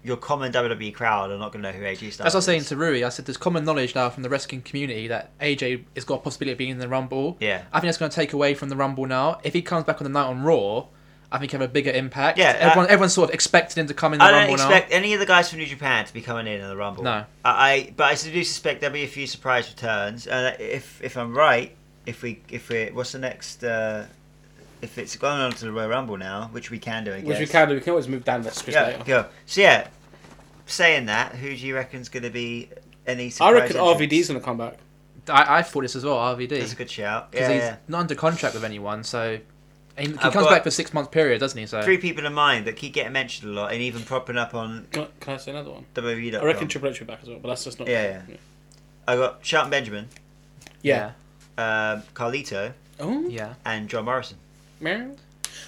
Speaker 3: your common WWE crowd are not going to know who AJ Styles.
Speaker 2: As I was saying
Speaker 3: is.
Speaker 2: to Rui, I said there's common knowledge now from the wrestling community that AJ has got a possibility of being in the Rumble.
Speaker 3: Yeah.
Speaker 2: I think that's going to take away from the Rumble now. If he comes back on the night on Raw, I think he'll have a bigger impact.
Speaker 3: Yeah, uh,
Speaker 2: everyone, everyone's sort of expecting him to come in the
Speaker 3: I don't
Speaker 2: Rumble
Speaker 3: expect any of the guys from New Japan to be coming in in the Rumble.
Speaker 2: No.
Speaker 3: I, I but I do suspect there'll be a few surprise returns. And if if I'm right, if we if we what's the next? Uh, if it's going on to the Royal Rumble now, which we can do, I guess.
Speaker 1: Which we can do. We can always move down this.
Speaker 3: Yeah,
Speaker 1: later.
Speaker 3: go. So yeah, saying that, who do you reckon's going to be any?
Speaker 1: I
Speaker 3: Surprise
Speaker 1: reckon
Speaker 3: entrants?
Speaker 1: RVD's gonna come back.
Speaker 2: now. I, I thought this as well, RVD.
Speaker 3: That's a good shout. Yeah,
Speaker 2: because he's
Speaker 3: yeah.
Speaker 2: not under contract with anyone. So and he,
Speaker 3: I've
Speaker 2: comes
Speaker 3: got-
Speaker 2: back for a six month period, doesn't he? So
Speaker 3: Three people in mind that keep getting mentioned a lot, and even propping up on
Speaker 1: Can I, can I say another one?
Speaker 3: WWE.
Speaker 1: I reckon Triple H will be back as well, but that's just not.
Speaker 3: Yeah,
Speaker 1: yeah.
Speaker 3: I got Shelton Benjamin,
Speaker 1: yeah.
Speaker 3: um, Carlito,
Speaker 1: Oh,
Speaker 2: yeah. yeah.
Speaker 3: and John Morrison.
Speaker 1: man.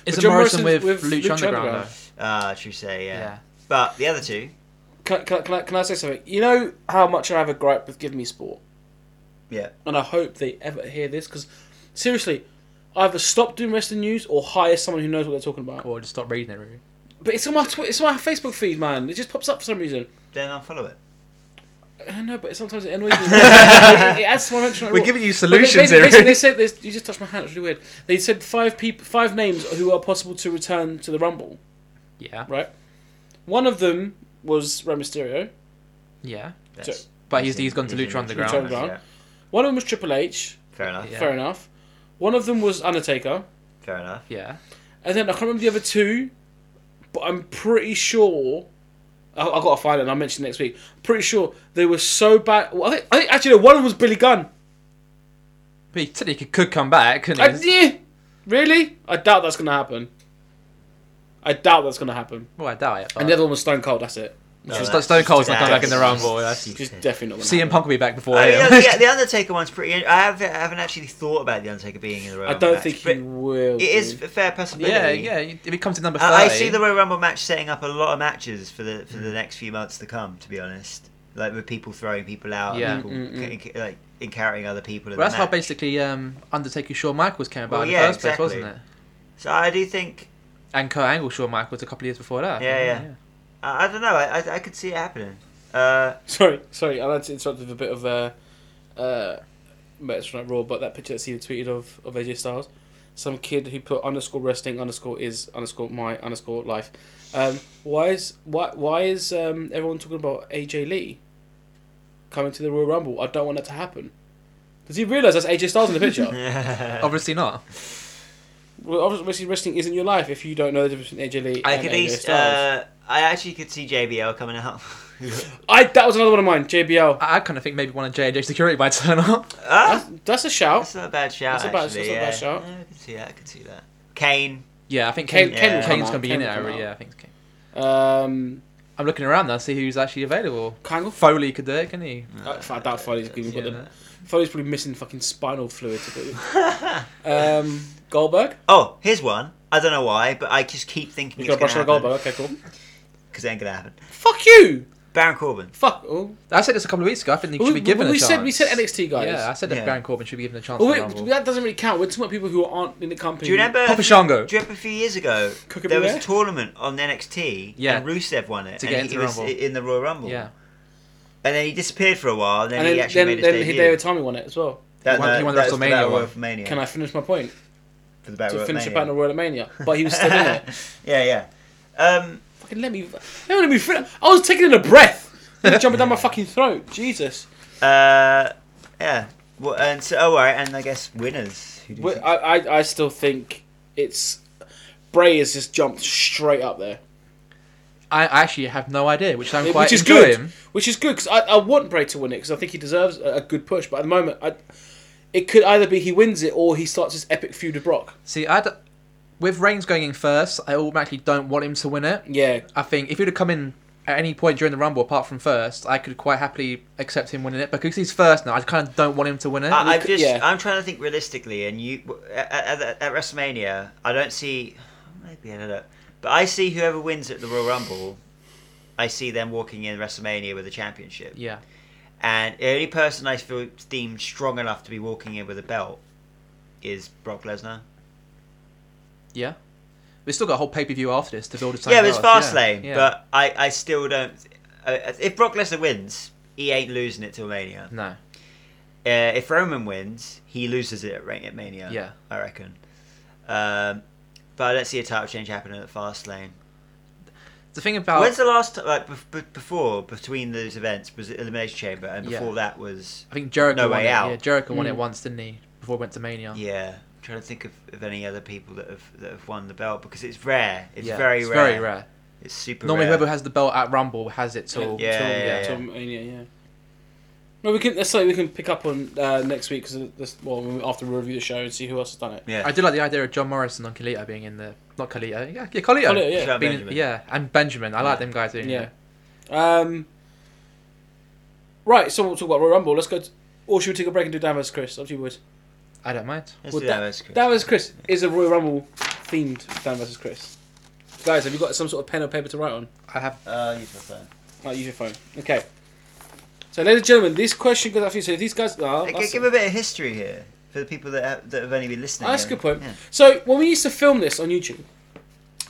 Speaker 2: Is
Speaker 1: But
Speaker 2: it
Speaker 1: John
Speaker 2: Morrison with,
Speaker 1: Morrison's
Speaker 2: with
Speaker 1: with
Speaker 2: Lucha,
Speaker 1: Lucha
Speaker 2: Underground?
Speaker 1: Underground.
Speaker 2: though?
Speaker 3: Ah, true say, yeah.
Speaker 2: Yeah.
Speaker 3: But the other two,
Speaker 1: Can, can, can, I, can I say something? You know how much I have a gripe with Give Me Sport,
Speaker 3: yeah,
Speaker 1: and I hope they ever hear this because, seriously, either stop doing wrestling news or hire someone who knows what they're talking about.
Speaker 2: Or just stop reading it, really.
Speaker 1: But it's on my Twi- it's on my Facebook feed, man. It just pops up for some reason.
Speaker 3: then unfollow it.
Speaker 1: I don't know, but sometimes it annoys me. it, it adds to my mental.
Speaker 2: We're giving you solutions
Speaker 1: they,
Speaker 2: here.
Speaker 1: basically, they said this. You just touched my hand. It's really weird. They said five people, five names who are possible to return to the Rumble.
Speaker 2: Yeah,
Speaker 1: Right. One of them was Rey Mysterio.
Speaker 2: yeah.
Speaker 3: That's-
Speaker 2: But he's- he's gone to
Speaker 3: he's
Speaker 2: Lucha
Speaker 3: in-
Speaker 2: Underground.
Speaker 1: Lucha Underground. One of them was Triple H.
Speaker 3: Yeah, Fair enough.
Speaker 2: Yeah.
Speaker 1: Fair enough. One of them was Undertaker,
Speaker 3: Fair enough.
Speaker 2: Yeah.
Speaker 1: and then I can't remember the other two, but I'm pretty sure. I have got to find it. and I'll mention it next week. Pretty sure they were so bad. Well, I think, I think actually no, one of them was Billy Gunn.
Speaker 2: But he said he could, could come back,
Speaker 1: I,
Speaker 2: couldn't he?
Speaker 1: yeah, really? I doubt that's gonna happen. I doubt that's gonna happen.
Speaker 2: Well, I doubt it. But
Speaker 1: And the other one was Stone Cold. That's it.
Speaker 3: No,
Speaker 2: Sto-
Speaker 3: that's
Speaker 2: Stone
Speaker 3: just-
Speaker 2: Cold's not coming back in the
Speaker 3: that's-
Speaker 2: Rumble. That's,
Speaker 1: It's definitely not. Gonna
Speaker 2: CM
Speaker 1: happen.
Speaker 2: Punk will be back before
Speaker 3: I mean,
Speaker 2: him.
Speaker 3: no, the, the Undertaker one's pretty. in- I haven't, I haven't actually thought about the Undertaker being in the Royal
Speaker 1: I
Speaker 3: Rumble.
Speaker 1: don't
Speaker 3: match,
Speaker 1: think he
Speaker 3: but
Speaker 1: will.
Speaker 3: it is
Speaker 1: do.
Speaker 3: a fair possibility.
Speaker 2: yeah, yeah. If he comes to number thirty,
Speaker 3: I, I see the Royal Rumble match setting up a lot of matches for the
Speaker 2: Mm.
Speaker 3: for the next few months to come. To be honest, like with people throwing people out,
Speaker 2: Yeah.
Speaker 3: and people
Speaker 1: Mm,
Speaker 3: c- c- like encountering other people. In
Speaker 2: Well,
Speaker 3: the
Speaker 2: that's how
Speaker 3: match.
Speaker 2: basically um, Undertaker Shawn Michaels came about
Speaker 3: Well,
Speaker 2: in
Speaker 3: yeah,
Speaker 2: the first
Speaker 3: exactly.
Speaker 2: place, wasn't it?
Speaker 3: So I do think
Speaker 2: And Kurt Angle Shawn Michaels a couple of years before that.
Speaker 3: Yeah, yeah. I, I don't know. I, I I could see it happening. Uh,
Speaker 1: Sorry, sorry. I had to interrupt with a bit of uh, uh, Mets Night Raw, but that picture that Cena tweeted of of AJ Styles, some kid who put underscore wrestling underscore is underscore my underscore life. Um, why is why why is um, everyone talking about AJ Lee coming to the Royal Rumble? I don't want that to happen. Does he realise that's AJ Styles in the picture?
Speaker 2: Obviously not.
Speaker 1: well, obviously, wrestling isn't your life if you don't know the difference between AJ Lee
Speaker 3: I
Speaker 1: and
Speaker 3: could
Speaker 1: AJ
Speaker 3: at least.
Speaker 1: Styles.
Speaker 3: Uh, I actually could see JBL coming out.
Speaker 1: I that was another one of mine. JBL.
Speaker 2: I, I kind of think maybe one of J&J security might turn up.
Speaker 3: ah,
Speaker 1: That's, that's a shout.
Speaker 3: that's not a bad shout.
Speaker 1: That's a bad-
Speaker 3: actually,
Speaker 1: that's not a bad
Speaker 3: yeah.
Speaker 1: shout.
Speaker 3: Yeah, I could see that. I could see that. Kane.
Speaker 2: Yeah, I think
Speaker 1: Kane-
Speaker 2: Kane,
Speaker 3: Kane will come
Speaker 2: Kane's
Speaker 1: out.
Speaker 2: going to be
Speaker 1: Kane
Speaker 2: in it.
Speaker 1: will come
Speaker 2: already,
Speaker 1: out.
Speaker 2: Yeah, I think. it's Kane.
Speaker 1: Um,
Speaker 2: I'm looking around now, to see who's actually available.
Speaker 1: Kangle.
Speaker 2: Foley could do it, can he?
Speaker 1: I, I doubt Foley's even got
Speaker 2: Yeah.
Speaker 1: the. Foley's probably missing fucking spinal fluid. To do. um, Goldberg.
Speaker 3: Oh, here's one. I don't know why, but I just keep thinking
Speaker 1: You
Speaker 3: it's
Speaker 1: got
Speaker 3: going
Speaker 1: brush
Speaker 3: to
Speaker 1: on
Speaker 3: happen
Speaker 1: Goldberg. Okay, cool.
Speaker 3: because it ain't going to happen.
Speaker 1: Fuck you.
Speaker 3: Baron Corbin.
Speaker 1: Fuck. Oh,
Speaker 2: I said this a couple of weeks ago. I think he
Speaker 1: we,
Speaker 2: should be given
Speaker 1: we
Speaker 2: a chance.
Speaker 1: said we said NXT guys.
Speaker 2: Yeah, I said that
Speaker 3: Yeah.
Speaker 2: Baron Corbin should be given a chance.
Speaker 1: Well,
Speaker 2: in
Speaker 1: wait,
Speaker 2: the Rumble.
Speaker 1: that doesn't really count. We're talking about people who aren't in the company.
Speaker 3: Do you remember?
Speaker 2: Papa Shango.
Speaker 3: Do you remember a few years ago
Speaker 1: Cook
Speaker 3: there was a
Speaker 1: everywhere?
Speaker 3: tournament on NXT
Speaker 2: Yeah.
Speaker 3: and Rusev won it
Speaker 2: To get
Speaker 3: and he
Speaker 2: into the
Speaker 3: was
Speaker 2: Rumble.
Speaker 3: in the Royal Rumble.
Speaker 2: Yeah,
Speaker 3: And then he disappeared for a while and then,
Speaker 1: And
Speaker 3: he
Speaker 1: then
Speaker 3: actually
Speaker 1: then,
Speaker 3: made his
Speaker 1: then
Speaker 3: debut.
Speaker 1: Hideo Itami won it as well.
Speaker 3: That,
Speaker 2: He won- he
Speaker 3: no,
Speaker 2: won the
Speaker 3: that's
Speaker 2: WrestleMania
Speaker 3: Battle
Speaker 2: one.
Speaker 3: of Mania.
Speaker 1: Can I finish my point
Speaker 3: for the Battle
Speaker 1: to
Speaker 3: of
Speaker 1: finish up
Speaker 3: Mania.
Speaker 1: about the Royal Mania? But he was still in it.
Speaker 3: yeah, yeah. Um,
Speaker 1: Fucking let me. Let me finish. I was taking in a breath. It was jumping down my fucking throat. Jesus.
Speaker 3: uh, yeah. Well, and so, oh, all right, and I guess winners. Who do you
Speaker 1: Well,
Speaker 3: think?
Speaker 1: I, I, I still think it's Bray has just jumped straight up there,
Speaker 2: I I actually have no idea, which I'm quite
Speaker 1: which is good.
Speaker 2: enjoying.
Speaker 1: Which is good because I, I want Bray to win it because I think he deserves a, a good push. But at the moment, I, it could either be he wins it or he starts his epic feud with Brock.
Speaker 2: See, I d- with Reigns going in first, I automatically don't want him to win it.
Speaker 1: Yeah,
Speaker 2: I think if he'd have come in at any point during the Rumble, apart from first, I could quite happily accept him winning it. But because he's first now, I kind of don't want him to win it.
Speaker 3: I, I
Speaker 1: c-
Speaker 3: just,
Speaker 1: yeah.
Speaker 3: I'm trying to think realistically, and you at, at, at- at WrestleMania, I don't see. Maybe I don't know, but I see whoever wins at the Royal Rumble, I see them walking in WrestleMania with a championship.
Speaker 2: yeah,
Speaker 3: And the only person I feel deemed strong enough to be walking in with a belt is Brock Lesnar.
Speaker 2: yeah. We've still got a whole pay per view after this to build a
Speaker 3: yeah, but it's Fastlane, but I, I still don't. Uh, if Brock Lesnar wins, he ain't losing it till Mania.
Speaker 2: no,
Speaker 3: Uh, if Roman wins, he loses it at, Ra- at Mania.
Speaker 2: Yeah.
Speaker 3: I reckon. Um, but I don't see a title change happening at Fastlane.
Speaker 2: the thing about
Speaker 3: When's the last t- like bef- bef- before between those events was it Elimination Chamber, and
Speaker 2: Yeah.
Speaker 3: before that was
Speaker 2: I think Jericho
Speaker 3: No
Speaker 2: won
Speaker 3: Way
Speaker 2: it.
Speaker 3: Out.
Speaker 2: Yeah, Jericho won it
Speaker 1: Mm.
Speaker 2: once, didn't he? Before he went to Mania.
Speaker 3: yeah. I'm trying to think of, of any other people that have that have won the belt because it's rare. It's
Speaker 2: Yeah,
Speaker 3: very
Speaker 2: it's
Speaker 3: rare.
Speaker 2: Very rare.
Speaker 3: It's super
Speaker 2: Normally,
Speaker 3: rare.
Speaker 2: whoever has the belt at Rumble has it till.
Speaker 3: Yeah, yeah, yeah.
Speaker 1: Till Mania, yeah. No, we can. That's something we can pick up on uh, next week because well, when we- after we review the show and see who else has done it.
Speaker 3: yeah.
Speaker 2: I do like the idea of John Morrison on Colito being in the not Colito, yeah, yeah, Colito,
Speaker 1: Colito, yeah.
Speaker 3: Shout
Speaker 2: being-
Speaker 3: Benjamin.
Speaker 2: yeah, and Benjamin. I like them guys doing
Speaker 1: Yeah.
Speaker 2: it.
Speaker 1: Um. Right, so we'll talk about Royal Rumble. Let's go. To, or should we take a break and do Davos Chris? Up to you, Wood.
Speaker 2: I don't mind.
Speaker 3: Let's
Speaker 1: Well,
Speaker 3: do
Speaker 1: that-
Speaker 3: that. that's good.
Speaker 1: Dan versus Chris is a Royal Rumble themed Dan versus Chris. Guys, have you got some sort of pen or paper to write on?
Speaker 2: I have
Speaker 3: Uh, use my phone.
Speaker 1: Like, use your phone. Okay. So, ladies and gentlemen, this question goes after you. So, if these guys. Oh,
Speaker 3: Hey,
Speaker 1: that's,
Speaker 3: give a bit of history here for the people that have, that have only been listening.
Speaker 1: Oh, that's a
Speaker 3: and-
Speaker 1: good point.
Speaker 3: yeah.
Speaker 1: So, when we used to film this on YouTube,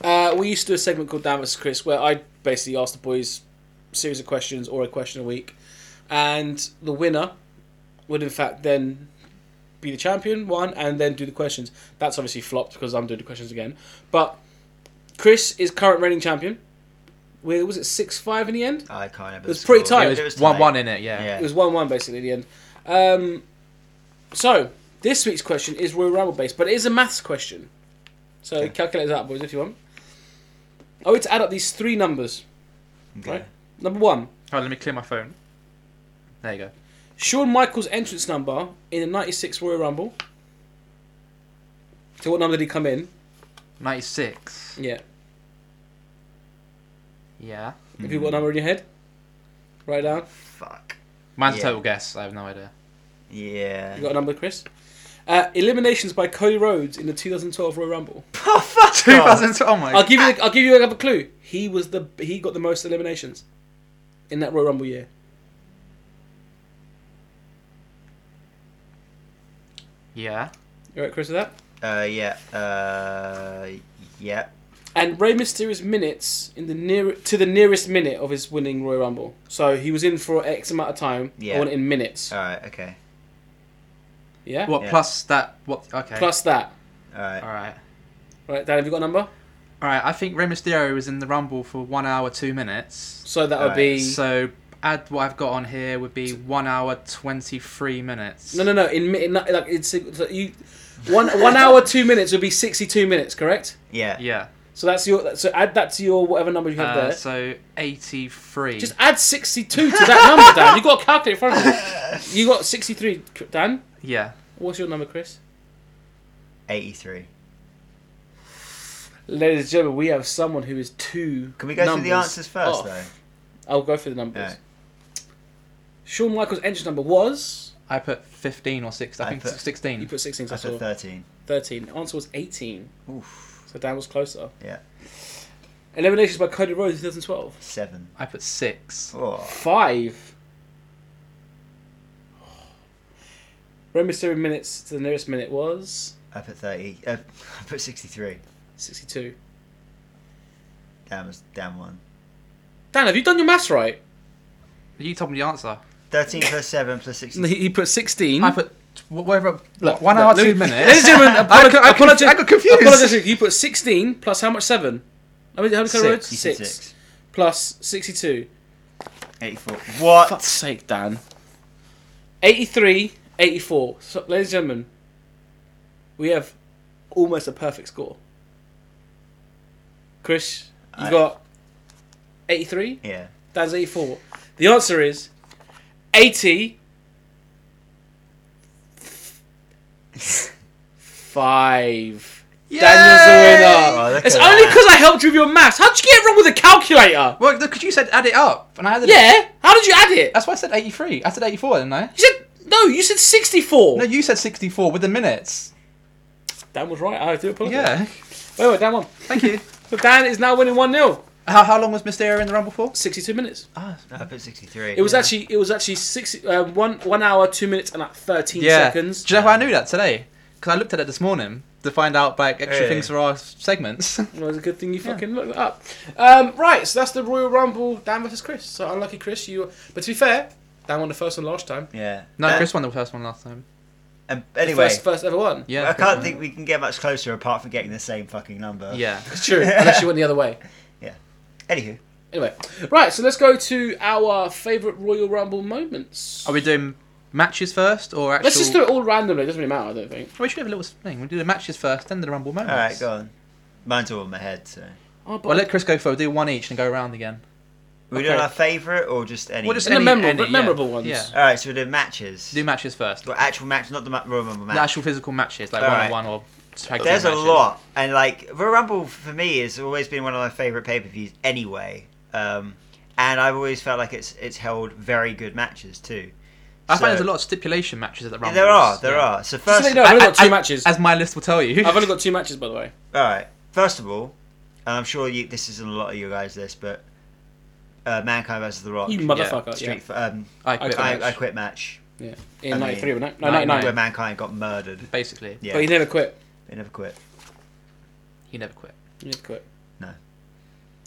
Speaker 1: uh, we used to do a segment called Dan versus Chris where I basically asked the boys series of questions or a question a week, and the winner would in fact then be the champion one and then do the questions. That's obviously flopped because I'm doing the questions again. But Chris is current reigning champion. Where was it six five in the end?
Speaker 3: I can't remember.
Speaker 1: It was pretty tight.
Speaker 2: It was, one one in it. Yeah.
Speaker 3: Yeah.
Speaker 1: It was one one basically in the end. Um, so this week's question is Royal Rumble based, but it is a maths question. So
Speaker 3: Okay.
Speaker 1: calculate that, boys, if you want. I want you to add up these three numbers.
Speaker 3: Okay.
Speaker 1: Right. Number one,
Speaker 2: Hold on, let me clear my phone. There you go.
Speaker 1: Shawn Michaels' entrance number in the '96 Royal Rumble. So what number did he come in?
Speaker 2: Ninety six.
Speaker 1: Yeah.
Speaker 2: Yeah.
Speaker 1: Have
Speaker 3: Mm-hmm.
Speaker 1: you got a number in your head? Write it down.
Speaker 3: Fuck.
Speaker 2: Mine's
Speaker 3: Yeah.
Speaker 2: a total guess. I have no idea.
Speaker 1: You got
Speaker 3: Yeah.
Speaker 1: a number, Chris? Uh, eliminations by Cody Rhodes in the 2012 Royal Rumble.
Speaker 3: Oh, fuck
Speaker 2: Two
Speaker 3: off.
Speaker 2: thousand. Oh my.
Speaker 1: I'll give you. The, I'll give you another clue. He was the. He got the most eliminations in that Royal Rumble year.
Speaker 2: Yeah.
Speaker 1: You right, Chris, with that?
Speaker 3: Uh, yeah. Uh, yeah.
Speaker 1: And Rey Mysterio's minutes in the near to the nearest minute of his winning Royal Rumble. So he was in for X amount of time. I
Speaker 3: Yeah.
Speaker 1: want it in minutes.
Speaker 2: Ah.
Speaker 3: All right. Okay.
Speaker 1: yeah.
Speaker 2: What
Speaker 3: Yeah.
Speaker 2: plus that? What? Okay.
Speaker 1: Plus that.
Speaker 3: All right.
Speaker 2: All right.
Speaker 1: Right, Dan, have you got a number?
Speaker 2: All right. I think Rey Mysterio was in the Rumble for one hour two minutes.
Speaker 1: So that would
Speaker 3: Alright,
Speaker 1: be.
Speaker 2: Uh, So add what I've got on here would be one hour twenty three minutes.
Speaker 1: No, no, no. In, mi- in like it's like you. One one hour two minutes would be sixty two minutes, correct?
Speaker 3: Yeah.
Speaker 2: Yeah.
Speaker 1: So that's your. So add that to your whatever number you have
Speaker 2: Uh,
Speaker 1: there.
Speaker 2: so eighty three.
Speaker 1: Just add sixty two to that number, Dan. You got a calculator in front of you. You got sixty three, Dan.
Speaker 2: Yeah.
Speaker 1: What's your number, Chris?
Speaker 3: Eighty-three.
Speaker 1: Ladies and gentlemen, we have someone who is two.
Speaker 3: Can we go through the
Speaker 1: numbers Oh,
Speaker 3: answers first,
Speaker 1: off.
Speaker 3: though?
Speaker 1: I'll go through the numbers.
Speaker 3: Alright.
Speaker 1: Shawn Michaels' entrance number was.
Speaker 2: I put fifteen or six. I,
Speaker 3: I
Speaker 2: think
Speaker 3: put-
Speaker 2: sixteen.
Speaker 1: You put 16, so
Speaker 3: I
Speaker 1: I saw
Speaker 3: said thirteen.
Speaker 1: 13. The answer was 18.
Speaker 3: Oof.
Speaker 1: So Dan was closer.
Speaker 3: Yeah.
Speaker 1: Eliminations by Cody Rhodes in 2012.
Speaker 3: Seven.
Speaker 2: I put six.
Speaker 3: Oh.
Speaker 1: Five. Rey Mysterio minutes to the nearest minute was
Speaker 3: I put thirty. Uh, I put sixty-three.
Speaker 1: 62.
Speaker 3: Damn. was- Damn one.
Speaker 1: Dan, have you done your maths right?
Speaker 2: You told me the answer.
Speaker 3: Thirteen plus seven plus sixty.
Speaker 1: He put 16.
Speaker 2: I put tw- whatever.
Speaker 1: Look,
Speaker 2: one
Speaker 1: look,
Speaker 2: hour
Speaker 1: let
Speaker 2: two
Speaker 1: me- Ladies
Speaker 2: minutes.
Speaker 1: and gentlemen,
Speaker 2: I got- I
Speaker 1: apologize.
Speaker 2: got confused.
Speaker 1: You put 16 plus how much? 7? I mean, how many
Speaker 2: Six.
Speaker 1: Cody Rhodes?
Speaker 3: You said
Speaker 1: 6. Plus 62.
Speaker 3: Eighty-four. What?
Speaker 1: Fuck's sake, Dan. 83, 84. So, ladies and gentlemen, we have almost a perfect score. Chris, you
Speaker 3: I-
Speaker 1: got 83?
Speaker 3: Yeah.
Speaker 1: Dan's 84. The answer is 80. Five. Daniel's the
Speaker 3: Oh,
Speaker 1: winner.
Speaker 3: look
Speaker 1: It's
Speaker 3: at
Speaker 1: only
Speaker 3: that.
Speaker 1: because I helped you with your maths. How'd you get it wrong with a calculator?
Speaker 2: Well, because you said add it up, and I added it.
Speaker 1: Yeah. How did you add it?
Speaker 2: That's why I said 83. I said 84, didn't I?
Speaker 1: You said no. You said sixty-four.
Speaker 2: No, you said 64 with the minutes.
Speaker 1: Dan was right. I do apologize.
Speaker 2: Yeah.
Speaker 1: Wait, wait, Dan won.
Speaker 2: Thank you.
Speaker 1: So Dan is now winning one 0
Speaker 2: How, how long was Mysterio in the Rumble for?
Speaker 1: Sixty-two minutes.
Speaker 2: Ah,
Speaker 3: I put sixty-three.
Speaker 1: It was
Speaker 3: Yeah.
Speaker 1: actually it was actually six uh, one one hour two minutes and like thirteen
Speaker 2: yeah.
Speaker 1: seconds.
Speaker 2: Do you know how I knew that today? Because I looked at it this morning to find out like extra
Speaker 3: Hey.
Speaker 2: things for our segments.
Speaker 1: Well, it's a good thing you fucking looked that up. Um, right, so that's the Royal Rumble. Dan versus Chris. So unlucky, Chris. You. But to be fair, Dan won the first one last time.
Speaker 3: Yeah.
Speaker 2: no,
Speaker 3: Uh,
Speaker 2: Chris won the first one last time.
Speaker 3: um, anyway,
Speaker 1: First, first ever one.
Speaker 2: Yeah.
Speaker 3: I
Speaker 2: Chris
Speaker 3: can't
Speaker 2: won.
Speaker 3: think we can get much closer apart from getting the same fucking number.
Speaker 2: Yeah.
Speaker 1: It's true. Unless you went the other way.
Speaker 3: Anywho,
Speaker 1: Anyway, right. So let's go to our favorite Royal Rumble moments.
Speaker 2: Are we doing matches first or actual?
Speaker 1: Let's just do it all randomly. It doesn't really matter. I don't think.
Speaker 2: We should have a little thing. We'll do the matches first, then the Rumble moments.
Speaker 3: all right, go on. Mine's all in my head, so
Speaker 1: Oh, but
Speaker 2: Well, let Chris go first. We'll do one each and go around again.
Speaker 3: we
Speaker 1: Okay.
Speaker 3: doing our favourite or just any.
Speaker 2: Well, just
Speaker 1: And the
Speaker 2: any,
Speaker 1: memorable-
Speaker 2: any,
Speaker 1: but
Speaker 2: yeah.
Speaker 1: memorable ones.
Speaker 2: Yeah.
Speaker 3: All right, so we're doing matches.
Speaker 2: Do matches first.
Speaker 3: Well, actual match, not the ma- Royal Rumble match.
Speaker 2: The actual physical matches, like
Speaker 3: All
Speaker 2: one
Speaker 3: right.
Speaker 2: on one or tag team
Speaker 3: There's a
Speaker 2: matches.
Speaker 3: lot, and like Royal Rumble for me has always been one of my favourite pay per views anyway. Um, and I've always felt like it's it's held very good matches too.
Speaker 2: I find
Speaker 3: So-
Speaker 2: there's a lot of stipulation matches at the Rumble.
Speaker 3: There are, there are. So
Speaker 1: Just
Speaker 3: first,
Speaker 1: so you know, I've only got two matches.
Speaker 2: As my list will tell you.
Speaker 1: I've only got two matches, by the way.
Speaker 3: All right. First of all, and I'm sure you, this isn't a lot of you guys this, but uh, Mankind versus The Rock,
Speaker 1: You motherfucker. Yeah.
Speaker 3: Street, um,
Speaker 2: I quit.
Speaker 1: I-
Speaker 3: I, I quit match,
Speaker 1: yeah.
Speaker 3: I
Speaker 1: In
Speaker 3: mean,
Speaker 1: 93, wasn't it? Oh, No, Oh,
Speaker 2: 99.
Speaker 1: 99.
Speaker 3: where Mankind got murdered.
Speaker 2: Basically,
Speaker 3: Yeah,
Speaker 1: But he never quit.
Speaker 3: they never quit.
Speaker 2: he never quit.
Speaker 1: He never quit.
Speaker 3: No.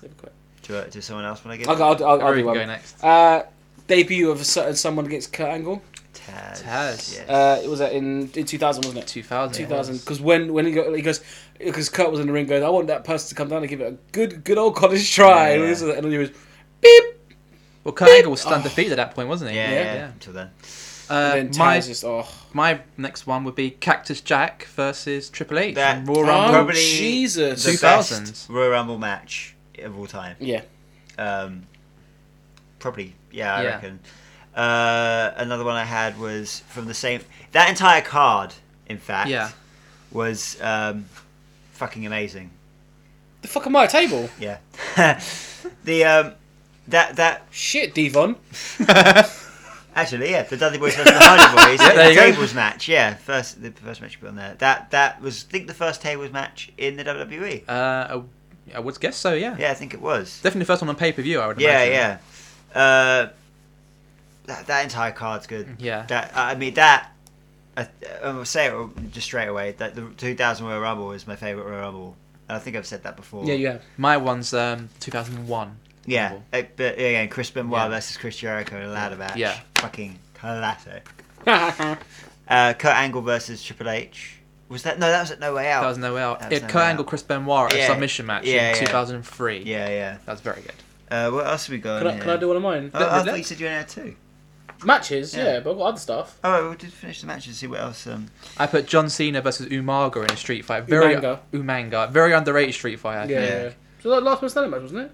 Speaker 1: Never quit.
Speaker 3: to, uh, to someone else when I get
Speaker 1: I'll, go- I'll, I'll, I'll
Speaker 2: Where
Speaker 1: do
Speaker 2: we
Speaker 1: one.
Speaker 2: go next?
Speaker 1: Uh, debut of a certain someone against Kurt Angle.
Speaker 3: Taz.
Speaker 2: Taz.
Speaker 3: yes.
Speaker 1: Uh, it was that in in 2000, wasn't it?
Speaker 2: 2000.
Speaker 1: 2000. Because when when he, go, he goes, because Kurt was in the ring going, I want that person to come down and give it a good good old college try.
Speaker 3: Yeah, yeah.
Speaker 1: And then he was, beep.
Speaker 2: Well, Kurt Angle was stunned defeated at that point, wasn't he?
Speaker 3: yeah,
Speaker 1: yeah.
Speaker 3: yeah, Until then.
Speaker 2: Uh,
Speaker 1: Oh. and then
Speaker 2: my
Speaker 1: Taz just, oh,
Speaker 2: my next one would be Cactus Jack versus Triple H.
Speaker 3: That-
Speaker 2: from Raw
Speaker 1: Oh,
Speaker 2: Rumble.
Speaker 3: probably
Speaker 1: Jesus.
Speaker 3: The
Speaker 2: 2000s.
Speaker 3: best Royal Rumble match of all time.
Speaker 1: yeah.
Speaker 3: Um, probably, yeah, I
Speaker 2: Yeah.
Speaker 3: reckon. Uh, another one I had was from the same. That entire card, in fact,
Speaker 2: Yeah.
Speaker 3: was um, fucking amazing.
Speaker 1: The fuck am I at a table?
Speaker 3: Yeah, the um, that that
Speaker 1: Shit, Devon.
Speaker 3: actually, yeah, the Dudley Boys versus the Hardy Boys,
Speaker 2: there
Speaker 3: the
Speaker 2: you go.
Speaker 3: tables match. Yeah, first the first match you put on there. That that was, I think, the first tables match in the WWE.
Speaker 2: Uh, I- I would guess so. Yeah.
Speaker 3: Yeah, I think it was.
Speaker 2: Definitely the first one on pay per view. I would.
Speaker 3: Yeah,
Speaker 2: imagine.
Speaker 3: yeah. Uh, that that entire card's good.
Speaker 2: Yeah.
Speaker 3: That I mean that. I, I'll say it just straight away that the 2000 Royal Rumble is my favorite Royal Rumble. And I think I've said that before.
Speaker 1: Yeah, you have.
Speaker 2: My one's um 2001.
Speaker 3: Yeah,
Speaker 2: Rumble.
Speaker 3: it- but again, Chris Benoit
Speaker 2: Yeah.
Speaker 3: versus Chris Jericho in a ladder match.
Speaker 2: Yeah.
Speaker 3: fucking classic. Uh, Kurt Angle versus Triple H. Was that no? That was at No Way Out.
Speaker 2: That was no way out.
Speaker 3: Oh. That was
Speaker 2: It
Speaker 3: No
Speaker 2: Kurt
Speaker 3: Way
Speaker 2: Angle,
Speaker 3: Out.
Speaker 2: Chris Benoit, a
Speaker 3: Yeah.
Speaker 2: submission match
Speaker 3: Yeah, yeah.
Speaker 2: in 2003.
Speaker 3: Yeah, yeah.
Speaker 2: That was very good.
Speaker 3: Uh, what else have we got?
Speaker 1: Can
Speaker 3: in
Speaker 1: I, can I
Speaker 3: here?
Speaker 1: do one of mine?
Speaker 3: Oh, I
Speaker 2: Did
Speaker 3: thought
Speaker 2: they?
Speaker 3: you said you only had two.
Speaker 1: Matches,
Speaker 3: Yeah.
Speaker 1: Uh, yeah. but I've got other stuff.
Speaker 3: Oh, right, we'll just finish the match and see what else. Um,
Speaker 2: I put John Cena versus Umaga in a street fight. Very
Speaker 1: Umanga.
Speaker 2: Umanga. Very underrated street fight. I
Speaker 1: Yeah.
Speaker 2: think.
Speaker 1: yeah.
Speaker 3: Yeah.
Speaker 1: So that last one standing match, wasn't it?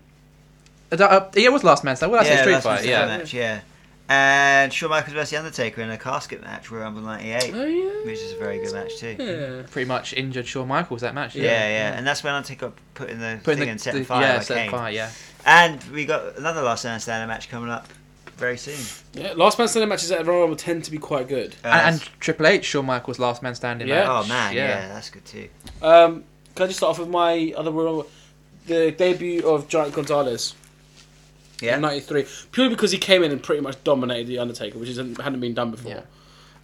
Speaker 2: Uh, that- uh, yeah, it was last man standing. Well, that's a street
Speaker 3: last
Speaker 2: fight.
Speaker 3: man's
Speaker 2: Yeah.
Speaker 3: standing match, yeah. And Shawn Michaels versus The Undertaker in a casket match, Royal Rumble 98,
Speaker 1: Oh, yeah.
Speaker 3: which is a very good match too. Yeah,
Speaker 1: Yeah.
Speaker 2: Pretty much injured Shawn Michaels that match.
Speaker 3: yeah. And that's when Undertaker put in the
Speaker 2: Putting
Speaker 3: thing
Speaker 2: the,
Speaker 3: and set
Speaker 2: the-
Speaker 3: fire
Speaker 2: yeah,
Speaker 3: like
Speaker 2: set
Speaker 3: Kane.
Speaker 2: fire. Yeah.
Speaker 3: And we got another Last Man Standing match coming up very soon.
Speaker 1: yeah. Last man standing matches at Royal Rumble tend to be quite good.
Speaker 3: Uh,
Speaker 2: and, and Triple H, Shawn Michaels, last man standing.
Speaker 1: Yeah.
Speaker 2: Match.
Speaker 3: oh man, yeah.
Speaker 2: yeah.
Speaker 3: that's good too.
Speaker 1: Um, can I just start off with my other Royal Rumble? The debut of Giant Gonzalez
Speaker 3: Yeah,
Speaker 1: in '93, purely because he came in and pretty much dominated the Undertaker, which isn't, hadn't been done before.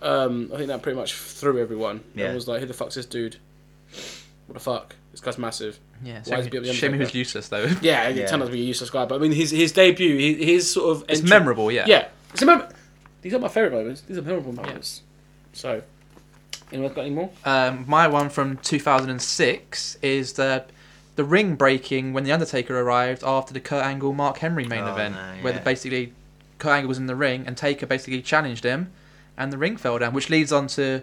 Speaker 2: Yeah.
Speaker 1: Um, I think that pretty much threw everyone. Yeah.
Speaker 3: Yeah.
Speaker 1: was like, who the fuck's this dude? What the fuck? This guy's massive.
Speaker 2: Yeah.
Speaker 1: Why is he beat up
Speaker 2: Shame,
Speaker 1: the
Speaker 2: shame he was
Speaker 1: Undertaker?
Speaker 2: useless though.
Speaker 1: Yeah,
Speaker 3: Yeah.
Speaker 1: it turned out to be a useless guy, but I mean, his his debut, his, his sort of
Speaker 2: It's
Speaker 1: entry-
Speaker 2: memorable. Yeah.
Speaker 1: Yeah, it's a mem- These are my favorite moments. These are memorable moments. So, anyone got any more?
Speaker 2: Um, my one from 2006 is the the ring breaking when the Undertaker arrived after the Kurt Angle Mark Henry main
Speaker 3: Oh,
Speaker 2: event,
Speaker 3: no,
Speaker 2: where
Speaker 3: yeah.
Speaker 2: basically Kurt Angle was in the ring and Taker basically challenged him, and the ring fell down, which leads on to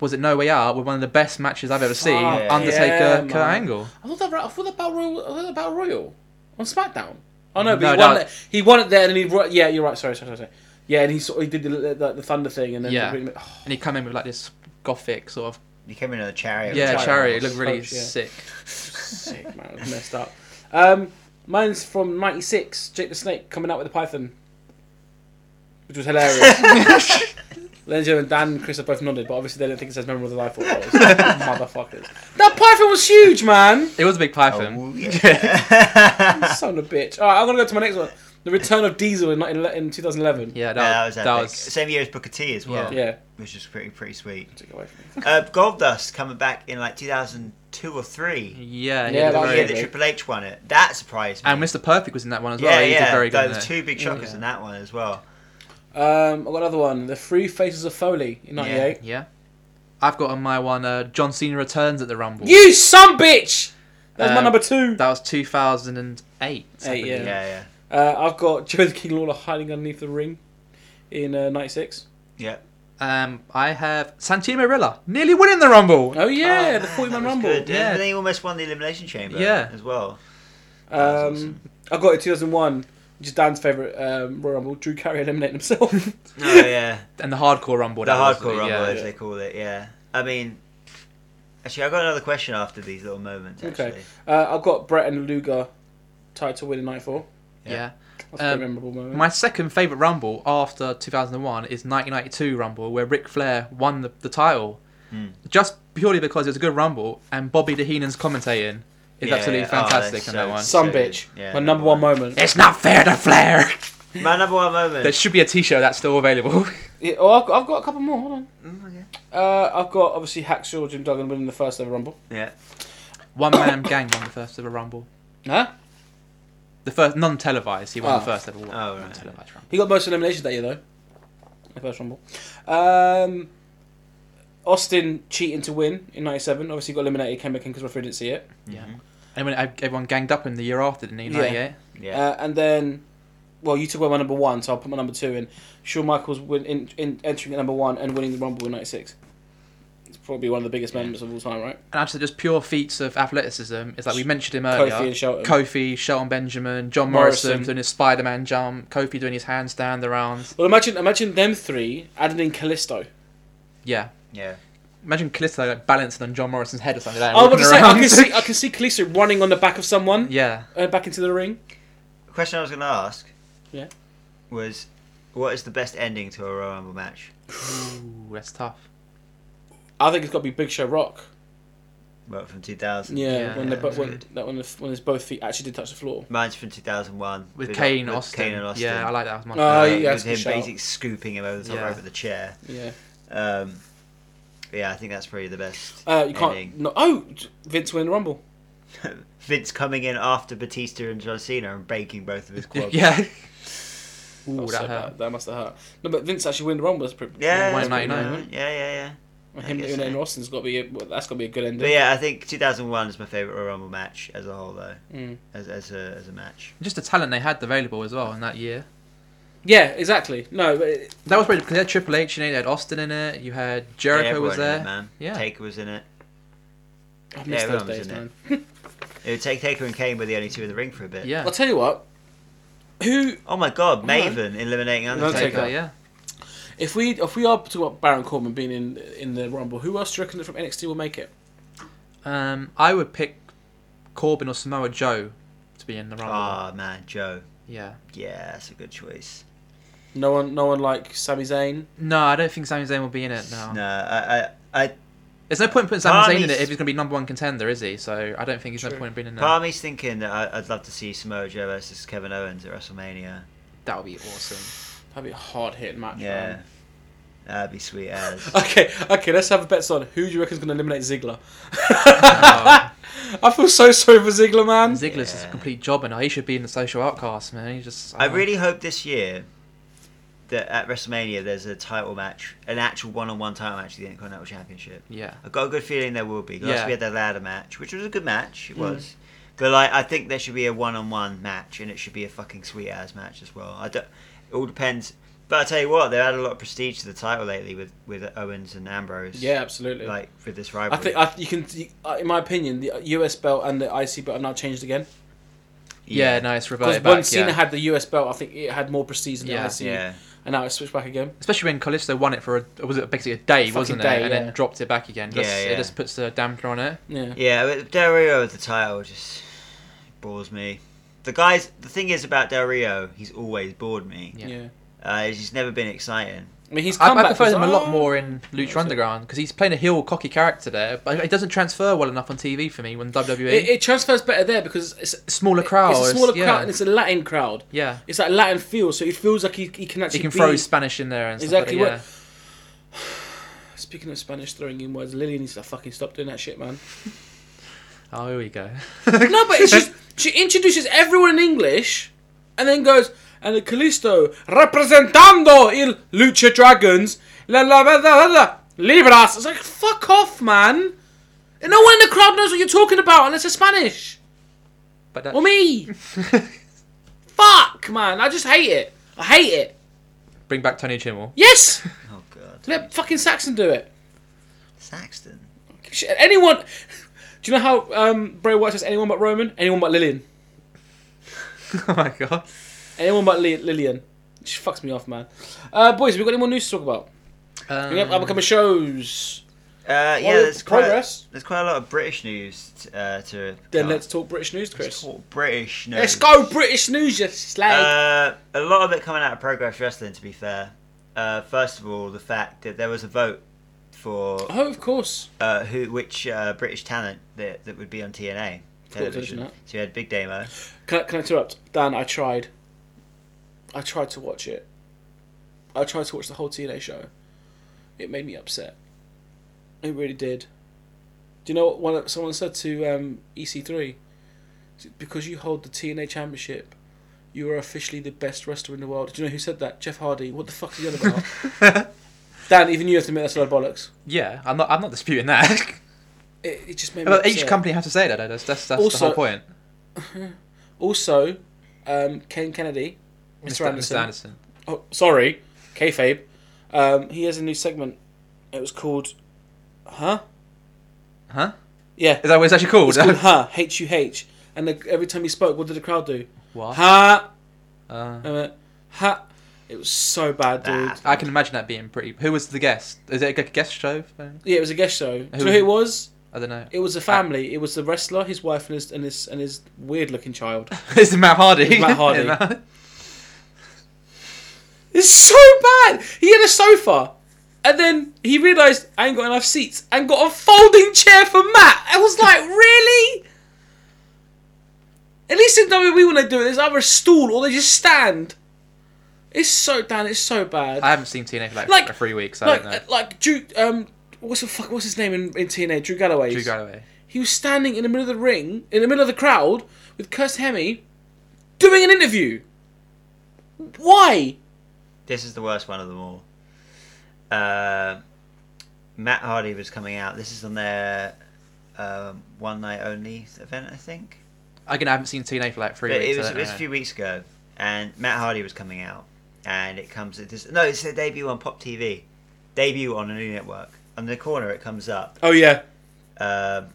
Speaker 2: was it No Way Out with one of the best matches I've ever seen,
Speaker 1: Fuck
Speaker 2: Undertaker
Speaker 1: yeah,
Speaker 2: Kurt
Speaker 1: man.
Speaker 2: Angle.
Speaker 1: I thought that I thought that battle royal, I thought that battle royal on SmackDown. Oh no, but
Speaker 2: No,
Speaker 1: he, won
Speaker 2: no.
Speaker 1: It, he won it there, and he ro- yeah, you're right. Sorry, sorry, sorry. sorry. Yeah, and he sort of he did the, the, the thunder thing, and then
Speaker 2: Yeah.
Speaker 1: the- oh,
Speaker 2: And he come in with like this gothic sort of
Speaker 3: you came in on a chariot.
Speaker 2: yeah
Speaker 1: chariot.
Speaker 2: chariot, it looked really
Speaker 1: Coach, yeah.
Speaker 2: sick.
Speaker 1: sick man, it was messed up. Um, mine's from '96. Jake the Snake coming out with a python, which was hilarious. Ladies and gentlemen, Dan and Chris have both nodded, but obviously they didn't think it's as memorable as I thought it was. Motherfuckers. That python was huge, man!
Speaker 2: It was a big
Speaker 3: Oh,
Speaker 2: python.
Speaker 3: yeah.
Speaker 1: Son of a bitch. Alright, I'm gonna go to my next one. The Return of Diesel in, in, in 2011.
Speaker 2: Yeah, that,
Speaker 3: No, that
Speaker 2: was,
Speaker 3: was
Speaker 2: that
Speaker 3: epic.
Speaker 2: was
Speaker 3: Same year as Booker T as well,
Speaker 1: Yeah.
Speaker 3: which is pretty pretty sweet.
Speaker 1: Take it away from me.
Speaker 3: Uh, Goldust coming back in like 2002 or three.
Speaker 2: yeah, he
Speaker 1: Yeah, that was
Speaker 2: did a
Speaker 3: the
Speaker 2: very
Speaker 3: year
Speaker 1: it.
Speaker 3: that Triple H won it. That surprised me.
Speaker 2: And Mr. Perfect was in that one as well.
Speaker 3: yeah,
Speaker 2: he
Speaker 3: yeah.
Speaker 2: did very good.
Speaker 3: There
Speaker 2: in
Speaker 3: was
Speaker 2: it.
Speaker 3: two big shockers
Speaker 1: Yeah.
Speaker 3: in that one as well.
Speaker 1: Um, I've got another one. The Three Faces of Foley in 98.
Speaker 2: Yeah. I've got on my one uh, John Cena returns at the Rumble.
Speaker 1: You son bitch! That's my
Speaker 2: Um,
Speaker 1: number two.
Speaker 2: That was 2008. I
Speaker 1: Eight,
Speaker 2: believe.
Speaker 3: Yeah,
Speaker 1: Yeah.
Speaker 3: yeah,
Speaker 1: Uh, I've got Joe the King Lawler hiding underneath the ring in uh, 96.
Speaker 3: yeah.
Speaker 2: Um, I have Santino Marella nearly winning the Rumble.
Speaker 1: Oh, yeah, the
Speaker 3: Ah,
Speaker 1: 40 man
Speaker 3: that was
Speaker 1: Rumble.
Speaker 3: Good.
Speaker 2: yeah.
Speaker 3: And then he almost won the elimination chamber.
Speaker 2: Yeah.
Speaker 3: as well.
Speaker 1: Um,
Speaker 3: That was awesome.
Speaker 1: I got it 2001, which is Dan's favourite um, Royal Rumble. Drew Carey eliminating himself.
Speaker 3: Oh yeah,
Speaker 2: And the Hardcore Rumble.
Speaker 3: the
Speaker 2: that was,
Speaker 3: hardcore rumble
Speaker 2: yeah.
Speaker 3: as they call it. Yeah, I mean, actually, I got another question after these little moments. Actually,
Speaker 1: Okay. uh, I've got Brett and Luger tied to win in 94.
Speaker 2: Yeah.
Speaker 1: That's a
Speaker 2: Um,
Speaker 1: pretty memorable moment.
Speaker 2: My second favourite Rumble after 2001 is 1992 Rumble, where Ric Flair won the, the title.
Speaker 3: Mm.
Speaker 2: Just purely because it was a good Rumble, and Bobby DeHeenan's commentating is
Speaker 3: Yeah,
Speaker 2: absolutely
Speaker 3: yeah. Oh,
Speaker 2: fantastic
Speaker 3: that's
Speaker 2: in
Speaker 3: so
Speaker 2: that one.
Speaker 3: sick.
Speaker 1: Son
Speaker 3: so good.
Speaker 1: bitch.
Speaker 3: Yeah,
Speaker 1: my number
Speaker 3: number
Speaker 1: one moment.
Speaker 2: It's not fair to Flair!
Speaker 3: my number one moment.
Speaker 2: there should be a t shirt that's still available.
Speaker 1: Yeah, oh, I've got, I've got a couple more. Hold on.
Speaker 3: Mm, okay.
Speaker 1: Uh, I've got obviously Hacksaw Jim Duggan winning the first ever Rumble.
Speaker 3: Yeah,
Speaker 2: one man gang won the first ever Rumble.
Speaker 1: Huh?
Speaker 2: The first non-televised. He won
Speaker 1: Ah.
Speaker 2: the first ever one.
Speaker 3: Oh, right.
Speaker 2: non-televised round.
Speaker 1: He got most eliminations that year though. The first rumble. Um, Austin cheating to win in '97. Obviously got eliminated. Came back in because referee didn't see it.
Speaker 2: Yeah. And when everyone ganged up him the year after, didn't he?
Speaker 1: Yeah.
Speaker 2: 98.
Speaker 3: Yeah.
Speaker 1: Uh, and then, well, you took away my number one, so I'll put my number two in. Shawn Michaels win, in, in entering at number one and winning the rumble in '96. It's probably one of the biggest moments of all time, right?
Speaker 2: And actually, just pure feats of athleticism. It's like we mentioned him
Speaker 1: Kofi
Speaker 2: earlier.
Speaker 1: and Shelton.
Speaker 2: Kofi, Shelton Benjamin, John
Speaker 1: Morrison.
Speaker 2: Morrison, doing his Spider-Man jump. Kofi doing his handstand around.
Speaker 1: Well, imagine imagine them three adding in Callisto.
Speaker 2: Yeah.
Speaker 3: yeah.
Speaker 2: Imagine Callisto like, balancing on John Morrison's head or something like that.
Speaker 1: I was about to say, I
Speaker 2: walking
Speaker 1: can
Speaker 2: around.
Speaker 1: see I can see Callisto running on the back of someone
Speaker 2: yeah.
Speaker 1: uh, back into the ring.
Speaker 3: Question I was going to ask.
Speaker 1: Yeah.
Speaker 3: Was what is the best ending to a Royal Rumble match?
Speaker 2: Ooh, that's tough.
Speaker 1: I think it's got to be Big Show Rock.
Speaker 3: Well, from 2000.
Speaker 1: Yeah,
Speaker 2: Yeah,
Speaker 1: when
Speaker 3: yeah,
Speaker 1: they bo-
Speaker 3: that's
Speaker 1: when,
Speaker 3: good.
Speaker 1: that when, the, when his both feet actually did touch the floor.
Speaker 3: Mine's from 2001.
Speaker 2: With Kane,
Speaker 3: with
Speaker 2: Austin.
Speaker 3: Kane and Austin. Uh,
Speaker 2: Yeah, I like that. That was
Speaker 1: Oh,
Speaker 2: my
Speaker 1: yeah,
Speaker 2: favorite.
Speaker 3: With
Speaker 1: that's a
Speaker 3: him
Speaker 1: good shout.
Speaker 3: basically scooping him over the top
Speaker 2: Yeah.
Speaker 3: rope of the chair.
Speaker 1: Yeah,
Speaker 3: Um, yeah, I think that's probably the best.
Speaker 1: uh, you can't.
Speaker 3: ending.
Speaker 1: No, oh, Vince win the Rumble.
Speaker 3: Vince coming in after Batista and John Cena and breaking both of his quads.
Speaker 2: yeah.
Speaker 1: That
Speaker 2: Ooh,
Speaker 1: was
Speaker 2: that
Speaker 1: Oh, so
Speaker 2: hurt.
Speaker 1: bad. that must have hurt. No, but Vince actually win the Rumble. That's pretty.
Speaker 3: Yeah,
Speaker 1: that's
Speaker 3: that's
Speaker 1: pretty
Speaker 2: 199.
Speaker 1: good,
Speaker 3: pretty good. yeah, yeah, yeah.
Speaker 1: right?
Speaker 3: I
Speaker 1: Him
Speaker 3: guess
Speaker 1: doing
Speaker 3: so.
Speaker 1: it in Austin's got to be a, well, that's got to be a good ending.
Speaker 3: But yeah, I think 2001 is my favorite Royal Rumble match as a whole, though,
Speaker 2: Hmm.
Speaker 1: Mm.
Speaker 3: as as a as a match.
Speaker 2: Just the talent they had available as well in that year.
Speaker 1: Yeah, exactly. No, but it-
Speaker 2: That was pretty because they had Triple H in it, they had Austin in it, you had Jericho
Speaker 3: Yeah,
Speaker 2: was
Speaker 3: everyone in
Speaker 2: there.
Speaker 3: it, man.
Speaker 2: Yeah.
Speaker 3: Taker was in it.
Speaker 1: I
Speaker 3: Yeah,
Speaker 1: miss those
Speaker 3: Rumbles,
Speaker 1: days,
Speaker 3: isn't it?
Speaker 1: man.
Speaker 3: It would take Taker and Kane were the only two in the ring for a bit.
Speaker 2: yeah.
Speaker 1: I'll tell you what. Who,
Speaker 3: Oh my God,
Speaker 1: Alright.
Speaker 3: Maven eliminating
Speaker 1: Undertaker.
Speaker 3: Undertaker.
Speaker 2: Taker, yeah.
Speaker 1: if we if we are talking about Baron Corbin being in in the Rumble, who else do you reckon from NXT will make it?
Speaker 2: Um, I would pick Corbin or Samoa Joe to be in the Rumble.
Speaker 3: Ah man, Joe.
Speaker 2: yeah.
Speaker 3: Yeah, that's a good choice.
Speaker 1: No one, no one like Sami Zayn.
Speaker 2: No, I don't think Sami Zayn will be in it. No.
Speaker 3: No, I, I, I
Speaker 2: There's no point in putting Sami Zayn in
Speaker 3: Barney's-
Speaker 2: it if he's going to be number one contender, is he? So I don't think there's
Speaker 1: True.
Speaker 2: no point in being in
Speaker 3: part
Speaker 2: there.
Speaker 3: of me's thinking that I, I'd love to see Samoa Joe versus Kevin Owens at WrestleMania.
Speaker 2: That would be awesome.
Speaker 1: That'd be a hard hit match.
Speaker 3: Yeah,
Speaker 1: man.
Speaker 3: that'd be sweet as.
Speaker 1: Okay, okay, let's have a bet on who do you reckon's going to eliminate Ziggler?
Speaker 2: Oh.
Speaker 1: I feel so sorry for Ziggler, man.
Speaker 2: And Ziggler's just a
Speaker 3: Yeah.
Speaker 2: complete job, and he should be in the social outcast, man. He just.
Speaker 3: I really hope this year that at WrestleMania there's a title match, an actual one-on-one title match, for the Intercontinental Championship.
Speaker 2: oh, Yeah.
Speaker 3: I've got a good feeling there will be. Last
Speaker 2: Yeah.
Speaker 3: we had the ladder match, which was a good match.
Speaker 1: Hmm.
Speaker 3: It was. But like, I think there should be a one-on-one match, and it should be a fucking sweet ass match as well. I don't, it all depends. But I tell you what, they've had a lot of prestige to the title lately with with Owens and Ambrose.
Speaker 1: Yeah, absolutely.
Speaker 3: Like with this
Speaker 1: I
Speaker 3: rivalry.
Speaker 1: think I, you can, you, uh, in my opinion, the US belt and the IC belt are now changed again.
Speaker 2: Yeah, no, it's
Speaker 1: Because
Speaker 2: reverted back.
Speaker 1: when Cena
Speaker 2: yeah.
Speaker 1: had the US belt, I think it had more prestige than
Speaker 2: Yeah.
Speaker 1: the IC,
Speaker 3: Yeah.
Speaker 1: and now it's switched back again.
Speaker 2: Especially when Callisto won it for a, was it basically a day,
Speaker 1: Fucking
Speaker 2: wasn't
Speaker 1: day,
Speaker 2: it? And
Speaker 1: yeah.
Speaker 2: then dropped it back again. Just,
Speaker 3: Yeah, yeah.
Speaker 2: It just puts a damper on it.
Speaker 1: Yeah,
Speaker 3: Yeah, but Del Rio with the title just bores me. The guys, the thing is about Del Rio, he's always bored me.
Speaker 1: yeah.
Speaker 2: Yeah.
Speaker 3: Uh, he's never been exciting.
Speaker 1: I mean, he's
Speaker 2: I,
Speaker 1: come
Speaker 2: I
Speaker 1: back.
Speaker 2: prefer
Speaker 1: he's
Speaker 2: him a
Speaker 1: like,
Speaker 2: lot
Speaker 1: "Oh."
Speaker 2: more in Lucha
Speaker 1: it.
Speaker 2: Underground because he's playing a heel, cocky character there, but it doesn't transfer well enough on TV for me when WWE.
Speaker 1: It, it transfers better there because it's,
Speaker 2: smaller crowd.
Speaker 1: it's a smaller
Speaker 2: yeah.
Speaker 1: crowd and it's a Latin crowd.
Speaker 2: yeah.
Speaker 1: It's that Latin feel, so he feels like he, he can actually
Speaker 2: He can
Speaker 1: be-
Speaker 2: throw Spanish in there and stuff
Speaker 1: Exactly
Speaker 2: like
Speaker 1: what-
Speaker 2: that.
Speaker 1: Speaking of Spanish throwing in words, Lily needs to fucking stop doing that shit, man.
Speaker 2: Yeah. Oh, here we go.
Speaker 1: No, but it's just she introduces everyone in English, and then goes and the Callisto representando il lucha dragons la la la la la, la libras. It's like fuck off, man. And no one in the crowd knows what you're talking about unless it's Spanish
Speaker 2: But that,
Speaker 1: or me. fuck, man. I just hate it. I hate it.
Speaker 2: bring back Tony Chimmel.
Speaker 1: Yes,
Speaker 3: Oh god,
Speaker 1: let fucking Saxon do it.
Speaker 3: Saxton.
Speaker 1: Shit, Anyone? Do you know how um, Bray Wyatt says anyone but Roman? Anyone but Lillian.
Speaker 2: oh my god.
Speaker 1: Anyone but Li- Lillian. She fucks me off, man. Uh, boys, have we got any more news to talk about?
Speaker 2: Um,
Speaker 1: Any up- upcoming shows?
Speaker 3: Uh, yeah,
Speaker 1: Well,
Speaker 3: there's quite
Speaker 1: progress.
Speaker 3: there's quite a lot of British news t- uh, to.
Speaker 1: Then
Speaker 3: cover.
Speaker 1: let's talk British news,
Speaker 3: Let's
Speaker 1: Chris.
Speaker 3: talk British news.
Speaker 1: Let's go, British news, you slag.
Speaker 3: Uh, a lot of it coming out of Progress Wrestling, to be fair. Uh, first of all, the fact that there was a vote for
Speaker 1: oh, of course.
Speaker 3: uh, who, which uh, British talent that, that would be on TNA
Speaker 1: isn't
Speaker 3: television.
Speaker 1: it?
Speaker 3: So you had Big Damo.
Speaker 1: Can I, can I interrupt? Dan, I tried. I tried to watch it. I tried to watch the whole TNA show. It made me upset. It really did. Do you know E what one, someone said to um, EC3? Because you hold the TNA championship You are officially the best wrestler in the world. Do you know who said that? Jeff Hardy. What the fuck are you on about? Dan, even you have to admit that's a lot of bollocks.
Speaker 2: Yeah, I'm not. I'm not disputing that.
Speaker 1: It, it just made me.
Speaker 2: but each
Speaker 1: upset.
Speaker 2: company has to say that. That's that's, that's the
Speaker 1: Also-
Speaker 2: whole point.
Speaker 1: Also, um, Ken Kennedy, Mr.
Speaker 2: Mr.
Speaker 1: Anderson.
Speaker 2: Mr. Anderson.
Speaker 1: Oh, sorry, kayfabe. Um, he has a new segment. It was called, huh?
Speaker 2: Huh?
Speaker 1: Yeah,
Speaker 2: Is that what it's actually called?
Speaker 1: it's called huh. H U H. And the, every time he spoke, what did the crowd do?
Speaker 2: what?
Speaker 1: Ha,
Speaker 2: Uh,
Speaker 1: And went, ha. It was so bad, dude.
Speaker 3: Nah.
Speaker 2: I can imagine that being pretty. Who was the guest? Is it a guest show? Thing?
Speaker 1: Yeah, it was a guest show. Do
Speaker 2: Who-
Speaker 1: you know who it was?
Speaker 2: I don't know.
Speaker 1: It was a family. It was the wrestler, his wife, and his and his and his weird-looking child.
Speaker 2: It's Matt Hardy.
Speaker 1: It's Matt Hardy.
Speaker 2: Yeah, Matt-
Speaker 1: It's so bad. He had a sofa, and then he realised I ain't got enough seats, and got a folding chair for Matt. I was like, really? At least in WWE when they do it, there's either a stool or they just stand. It's so Dan, it's so bad.
Speaker 2: I haven't seen TNA for like,
Speaker 1: Like-
Speaker 2: three weeks. I
Speaker 1: like uh,
Speaker 2: don't know.
Speaker 1: like Drew um what's the fuck what's his name in, in TNA Drew Galloway.
Speaker 2: Drew Galloway.
Speaker 1: He was standing in the middle of the ring, in the middle of the crowd, with Curse Hemi, doing an interview. Why?
Speaker 3: This is the worst one of them all. Uh, Matt Hardy was coming out. This is on their um, one night only event, I think.
Speaker 2: Again, I haven't seen TNA for like three
Speaker 3: But
Speaker 2: weeks.
Speaker 3: it was,
Speaker 2: I
Speaker 3: it
Speaker 2: don't
Speaker 3: was a
Speaker 2: know.
Speaker 3: few weeks ago, and Matt Hardy was coming out, and it comes at this. No, it's their debut on Pop TV, debut on a new network. On the corner, it comes up.
Speaker 1: Oh yeah.
Speaker 3: Um,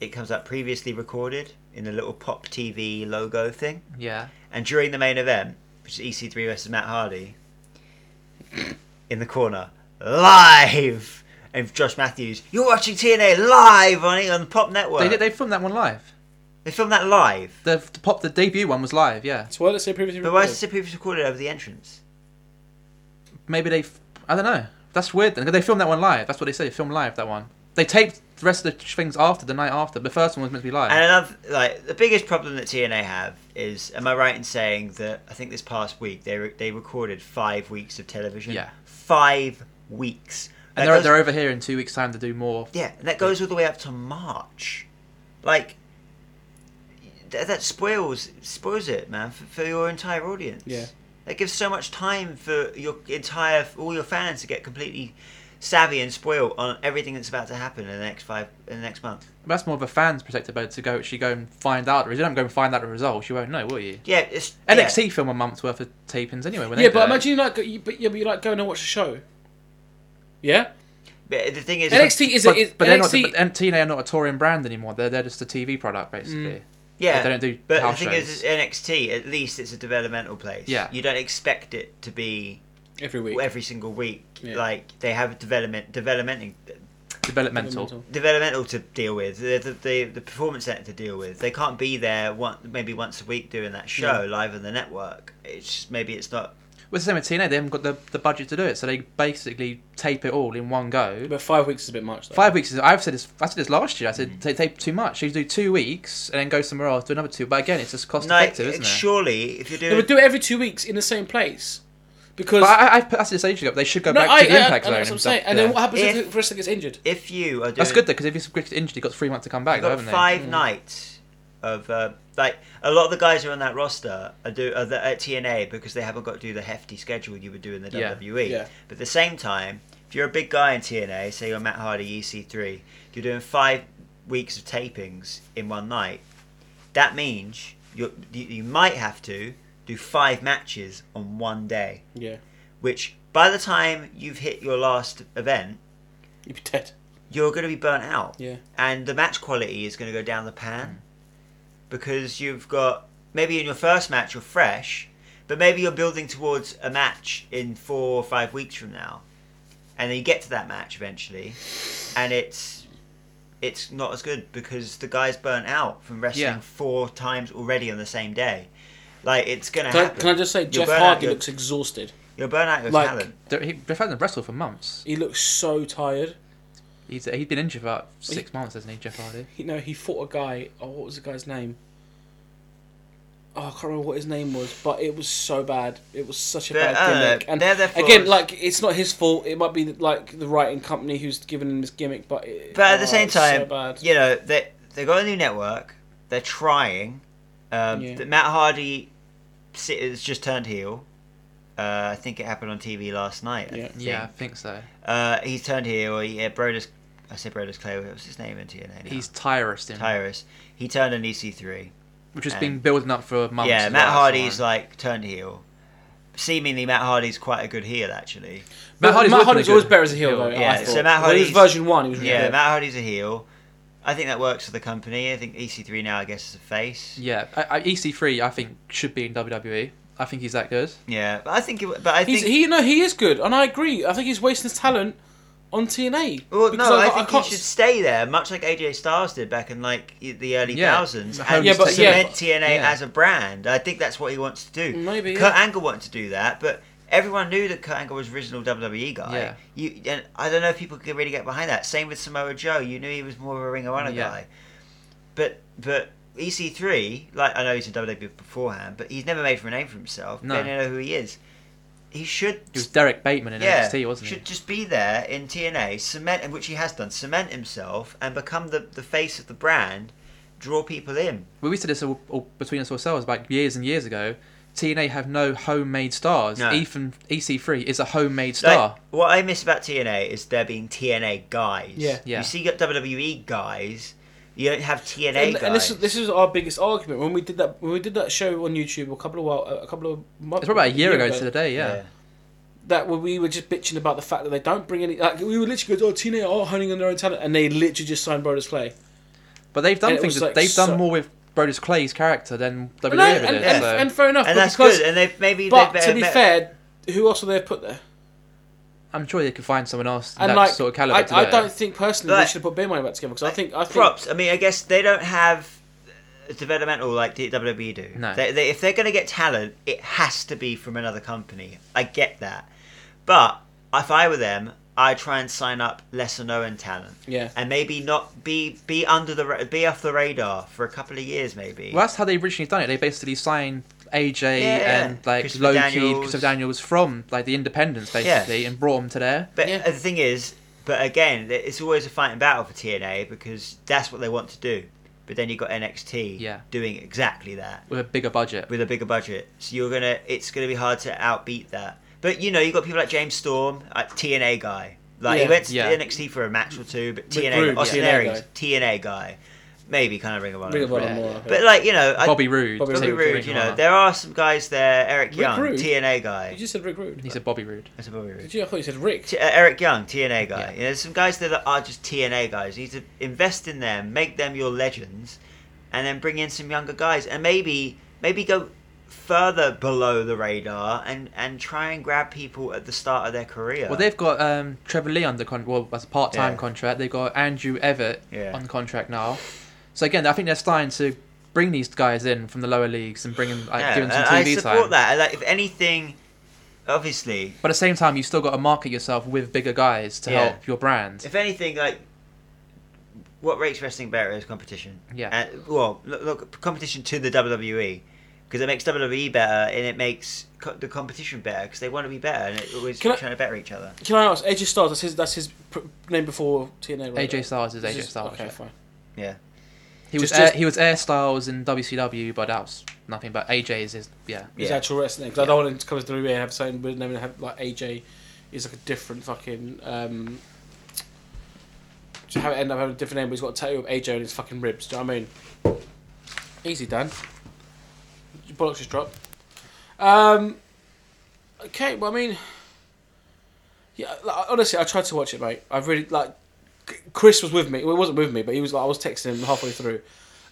Speaker 3: it comes up previously recorded in the little Pop TV logo thing.
Speaker 2: Yeah.
Speaker 3: And during the main event, which is EC3 versus Matt Hardy, in the corner, live, and Josh Matthews, you're watching TNA live on on the Pop Network.
Speaker 2: They did. They filmed that one live.
Speaker 3: They filmed that live.
Speaker 2: The, the pop, the debut one was live. Yeah.
Speaker 1: So why did it say previously?
Speaker 3: But why
Speaker 1: recorded?
Speaker 3: is it previously recorded over the entrance?
Speaker 2: Maybe they. f- I don't know. That's weird. Then 'cause they filmed that one live. That's what they say. They filmed live that one. They taped the rest of the things after the night after. The first one was meant to be live.
Speaker 3: And another, like the biggest problem that TNA have is, am I right in saying that I think this past week they re- they recorded five weeks of television.
Speaker 2: Yeah.
Speaker 3: Five weeks. That
Speaker 2: And they're,
Speaker 3: goes-
Speaker 2: they're over here in two weeks' time to do more.
Speaker 3: Yeah, and that goes all the way up to March. Like that, that spoils spoils it, man, for, for your entire audience.
Speaker 1: Yeah.
Speaker 3: That gives so much time for your entire all your fans to get completely savvy and spoiled on everything that's about to happen in the next five in the next month.
Speaker 2: But that's more of a fan's perspective though, to go actually go and find out. If you don't go and find out the results, you won't know, will you?
Speaker 3: Yeah, it's yeah.
Speaker 2: NXT film a month's worth of tapings anyway. When
Speaker 1: yeah,
Speaker 2: they
Speaker 1: but
Speaker 2: do it.
Speaker 1: imagine you like, you, but yeah, but you like going and watch a show. Yeah.
Speaker 3: But the thing is,
Speaker 1: NXT is
Speaker 2: But,
Speaker 1: it is
Speaker 2: but they're not.
Speaker 1: NXT.
Speaker 2: But and TNA are not a touring brand anymore. They're they're just a TV product basically.
Speaker 1: Mm.
Speaker 3: Yeah,
Speaker 2: They don't do
Speaker 3: But
Speaker 2: house
Speaker 3: the thing
Speaker 2: shows.
Speaker 3: is, is, NXT at least it's a developmental place.
Speaker 2: Yeah.
Speaker 3: you don't expect it to be
Speaker 1: every week.
Speaker 3: every single week.
Speaker 1: Yeah.
Speaker 3: Like they have development, developmenting,
Speaker 2: Developmental.
Speaker 3: developmental to deal with. The, the, the, the performance center to deal with. They can't be there one, maybe once a week doing that show live on the network. It's just, maybe it's not.
Speaker 2: Well, it's the same with TNA. They haven't got the, the budget to do it, so they basically tape it all in one go.
Speaker 1: But five weeks is a bit much. Though.
Speaker 2: Five weeks is. I've said this. I said this last year. I
Speaker 1: Mm.
Speaker 2: said they tape too much. You do two weeks and then go somewhere else, do another two. But again, it's just cost
Speaker 3: No,
Speaker 2: effective,
Speaker 3: it-
Speaker 2: isn't it?
Speaker 3: surely if you're
Speaker 1: They
Speaker 3: doing
Speaker 1: would do it every two weeks in the same place, because
Speaker 2: But I, I, I put- I said this ages ago. They should go
Speaker 1: no,
Speaker 2: back
Speaker 1: I,
Speaker 2: to the
Speaker 1: I-
Speaker 2: impact
Speaker 1: I-
Speaker 2: zone
Speaker 1: that's what I'm
Speaker 2: and stuff.
Speaker 1: saying. And then
Speaker 2: Yeah.
Speaker 1: what happens
Speaker 3: If-
Speaker 1: if the wrestler gets injured?
Speaker 3: if you are doing
Speaker 2: That's good though, because if he's cricket injured, he got three months to come back,
Speaker 3: You've
Speaker 2: though,
Speaker 3: got
Speaker 2: haven't Hmm.
Speaker 3: five nights of uh, like a lot of the guys who are on that roster are do are the, at TNA because they haven't got to do the hefty schedule you would do in the
Speaker 2: Yeah.
Speaker 3: WWE.
Speaker 1: Yeah.
Speaker 3: But at the same time, if you're a big guy in TNA, say you're Matt Hardy, EC3, you're doing five weeks of tapings in one night. That means you're, you you might have to do five matches on one day,
Speaker 1: Yeah,
Speaker 3: which by the time you've hit your last event,
Speaker 1: you'd be dead.
Speaker 3: you're going to be burnt out
Speaker 1: Yeah.
Speaker 3: and the match quality is going to go down the pan because you've got maybe in your first match you're fresh, but maybe you're building towards a match in four or five weeks from now, and then you get to that match eventually, and it's it's not as good because the guy's burnt out from wrestling
Speaker 2: Yeah.
Speaker 3: four times already on the same day. Like it's gonna
Speaker 1: Can I,
Speaker 3: happen.
Speaker 1: can I just say, Jeff
Speaker 3: burn out
Speaker 1: Hardy
Speaker 3: your-
Speaker 1: looks exhausted.
Speaker 3: You'll burn out your
Speaker 1: like-
Speaker 3: talent.
Speaker 2: they? They- He, they've had him wrestle for months.
Speaker 1: He looks so tired.
Speaker 2: He's he's been injured for about six months, hasn't he, Jeff Hardy?
Speaker 1: You know, he fought a guy. Oh, what was the guy's name? Oh, I can't remember what his name was, but it was so bad. It was such a
Speaker 3: They're-
Speaker 1: bad
Speaker 3: uh,
Speaker 1: gimmick. and
Speaker 3: they're their
Speaker 1: again,
Speaker 3: flaws.
Speaker 1: like it's not his fault. It might be like the writing company who's given him this gimmick, but it,
Speaker 3: But at
Speaker 1: oh,
Speaker 3: the same
Speaker 1: it's so
Speaker 3: time,
Speaker 1: bad.
Speaker 3: you know, they they got a new network. They're trying. Um,
Speaker 1: Yeah.
Speaker 3: that Matt Hardy si- it's just turned heel. Uh, I think it happened on TV last night. I
Speaker 1: Yeah.
Speaker 3: think.
Speaker 2: Yeah, I think so.
Speaker 3: Uh, he's turned heel. He, uh, Brodus, I said Brodus Clay. What was his name in TNA? now?
Speaker 2: He's Tyrus, in,
Speaker 3: Tyrus. He turned on EC3.
Speaker 2: which has
Speaker 3: and-
Speaker 2: been building up for months.
Speaker 3: yeah,
Speaker 2: as
Speaker 3: Matt
Speaker 2: well,
Speaker 3: Hardy's
Speaker 2: so-
Speaker 3: like turned heel. Seemingly, Matt Hardy's quite a good heel actually.
Speaker 1: Matt Hardy's,
Speaker 2: looking good.
Speaker 1: always better as a heel, though.
Speaker 3: Yeah,
Speaker 1: I
Speaker 3: so
Speaker 1: thought.
Speaker 3: Matt
Speaker 1: When he was
Speaker 3: Hardy's-
Speaker 1: version one. He was really
Speaker 3: Yeah,
Speaker 1: good.
Speaker 3: Matt Hardy's a heel. I think that works for the company. I think EC3 now, I guess, is a face.
Speaker 2: Yeah, I, I, EC3 I think should be in WWE. I think he's that good.
Speaker 3: Yeah, but I think, it, w- but I
Speaker 1: He's,
Speaker 3: think,
Speaker 1: he no, he is good, and I agree. I think he's wasting his talent on TNA.
Speaker 3: well,
Speaker 1: because
Speaker 3: no, I,
Speaker 1: I
Speaker 3: think
Speaker 1: can't-
Speaker 3: he should stay there, much like AJ Styles did back in like y- the early
Speaker 2: Yeah,
Speaker 3: thousands,
Speaker 2: the
Speaker 3: and
Speaker 1: Yeah, but-
Speaker 3: cement
Speaker 2: yeah.
Speaker 3: TNA
Speaker 2: Yeah.
Speaker 3: as a brand. I think that's what he wants to do.
Speaker 1: Maybe,
Speaker 3: Kurt
Speaker 1: yeah.
Speaker 3: Angle wanted to do that, but everyone knew that Kurt Angle was original WWE guy.
Speaker 2: Yeah.
Speaker 3: You, and I don't know if people could really get behind that. Same with Samoa Joe. You knew he was more of a Ring of Honor
Speaker 2: Yeah.
Speaker 3: guy, but but. EC3, like I know he's in WWE beforehand, but he's never made for a name for himself.
Speaker 2: No.
Speaker 3: They don't know who he is. He should
Speaker 2: He was Derek Bateman in
Speaker 3: yeah,
Speaker 2: NXT, wasn't he?
Speaker 3: should just be there in TNA, cement, and which he has done, cement himself and become the, the face of the brand, draw people in.
Speaker 2: Well, we said this all, all between us ourselves like years and years ago. TNA have no homemade stars.
Speaker 3: No.
Speaker 2: Ethan EC3 is a homemade
Speaker 3: Like,
Speaker 2: star.
Speaker 3: what I miss about TNA is there being TNA guys.
Speaker 1: Yeah.
Speaker 2: Yeah.
Speaker 3: You see, you got WWE guys. You don't have TNA
Speaker 1: And,
Speaker 3: guys.
Speaker 1: and this, is- this is our biggest argument when we did that when we did that show on YouTube a couple of while, a couple of months
Speaker 2: it's probably about a year ago to the day. Yeah.
Speaker 1: that when we were just bitching about the fact that they don't bring any like we were literally going oh TNA are honing on their own talent and they literally just signed Brodus Clay
Speaker 2: but they've done
Speaker 1: And it
Speaker 2: things.
Speaker 1: was,
Speaker 2: that-
Speaker 1: like,
Speaker 2: they've done
Speaker 1: so-
Speaker 2: more with Brodus Clay's character than WWE
Speaker 1: and, I-
Speaker 2: ever
Speaker 1: and,
Speaker 2: did.
Speaker 1: and-
Speaker 2: so.
Speaker 1: and fair enough
Speaker 3: And
Speaker 1: but
Speaker 3: that's
Speaker 1: because,
Speaker 3: good. And they've maybe
Speaker 1: but
Speaker 3: they've
Speaker 1: to be
Speaker 3: met-
Speaker 1: fair who else would they have put there
Speaker 2: I'm sure they could find someone else in
Speaker 1: and
Speaker 2: that
Speaker 1: like
Speaker 2: sort of caliber.
Speaker 1: I,
Speaker 2: to do
Speaker 1: I
Speaker 2: it.
Speaker 1: don't think personally they
Speaker 3: Like-
Speaker 1: should have put Beer Money back together because I think I think
Speaker 3: props. I mean, I guess they don't have uh, developmental like the WWE do.
Speaker 2: No.
Speaker 3: They, they, if they're going to get talent, it has to be from another company. I get that, but if I were them, I'd try and sign up lesser known talent.
Speaker 1: Yeah.
Speaker 3: and maybe not be be under the ra- be off the radar for a couple of years, maybe.
Speaker 2: Well, that's how they originally done it. They basically signed AJ
Speaker 3: Yeah.
Speaker 2: and like
Speaker 3: Christopher
Speaker 2: low key
Speaker 3: Daniels.
Speaker 2: Christopher Daniels from like the Independents basically and brought him to there.
Speaker 3: But
Speaker 1: Yeah.
Speaker 3: uh, the thing is, but again, th- it's always a fighting battle for TNA because that's what they want to do. But then you got NXT
Speaker 2: Yeah.
Speaker 3: doing exactly that.
Speaker 2: with a bigger budget.
Speaker 3: with a bigger budget. So you're gonna, it's gonna be hard to outbeat that. But you know, you got people like James Storm, like TNA guy. Like
Speaker 1: Yeah.
Speaker 3: he went to
Speaker 2: Yeah.
Speaker 3: NXT for a match or two, but
Speaker 1: Rick
Speaker 3: TNA,
Speaker 1: Rude,
Speaker 3: Austin
Speaker 1: yeah.
Speaker 3: Aries, TNA guy, maybe kind of Ring of Honor.
Speaker 1: Ring of Honor
Speaker 2: Yeah.
Speaker 1: more, I think.
Speaker 3: But like you know, I-
Speaker 2: Bobby Roode.
Speaker 1: Bobby
Speaker 3: Bobby
Speaker 2: Take
Speaker 1: Roode,
Speaker 3: Roode,
Speaker 2: Ring
Speaker 3: you
Speaker 2: of
Speaker 3: know,
Speaker 2: Honor.
Speaker 3: there are some guys there. Eric
Speaker 1: Rick
Speaker 3: Young,
Speaker 1: Rude?
Speaker 3: TNA
Speaker 1: you
Speaker 3: guy.
Speaker 1: just said Rick Rude
Speaker 2: He said Bobby Roode.
Speaker 3: That's a Bobby Roode.
Speaker 1: did you I thought you said Rick
Speaker 3: T- uh, Eric Young, TNA guy.
Speaker 2: Yeah.
Speaker 3: You know, there's some guys there that are just TNA guys. You need to invest in them, make them your legends, and then bring in some younger guys, and maybe maybe go further below the radar and and try and grab people at the start of their career.
Speaker 2: Well, they've got um, Trevor Lee under con- well as a part time
Speaker 3: Yeah.
Speaker 2: contract. They've got Andrew Everett
Speaker 3: Yeah.
Speaker 2: on contract now. So again, I think they're starting to bring these guys in from the lower leagues and bringing like
Speaker 3: yeah,
Speaker 2: giving some
Speaker 3: and
Speaker 2: TV
Speaker 3: I support
Speaker 2: time.
Speaker 3: that. Like, if anything, obviously,
Speaker 2: But at the same time, you still got to market yourself with bigger guys to
Speaker 3: Yeah.
Speaker 2: help your brand.
Speaker 3: if anything, like. What makes wrestling better is competition.
Speaker 2: Yeah.
Speaker 3: And, well, look, look, competition to the WWE, because it makes WWE better and it makes co- the competition better because they want to be better and it's always
Speaker 1: Can I-
Speaker 3: trying to better each other.
Speaker 1: can I ask AJ Styles that's his that's his pr- name before TNA right?
Speaker 2: AJ Styles is
Speaker 1: This
Speaker 2: AJ Styles.
Speaker 1: okay
Speaker 2: yeah.
Speaker 1: fine
Speaker 3: Yeah.
Speaker 2: He was
Speaker 1: Just-
Speaker 2: air,
Speaker 1: just-
Speaker 2: he was Air Styles in WCW, but that was nothing. But AJ's is yeah.
Speaker 1: his
Speaker 3: Yeah.
Speaker 1: actual wrestling because I don't want him to come to WWE and have something weird name and have like AJ is like a different fucking um to have it end up having a different name but he's got a tattoo of AJ on his fucking ribs do you know what I mean easy Dan your bollocks just dropped um okay well I mean yeah like, honestly I tried to watch it mate I really like C- Chris was with me well he wasn't with me but he was like I was texting him halfway through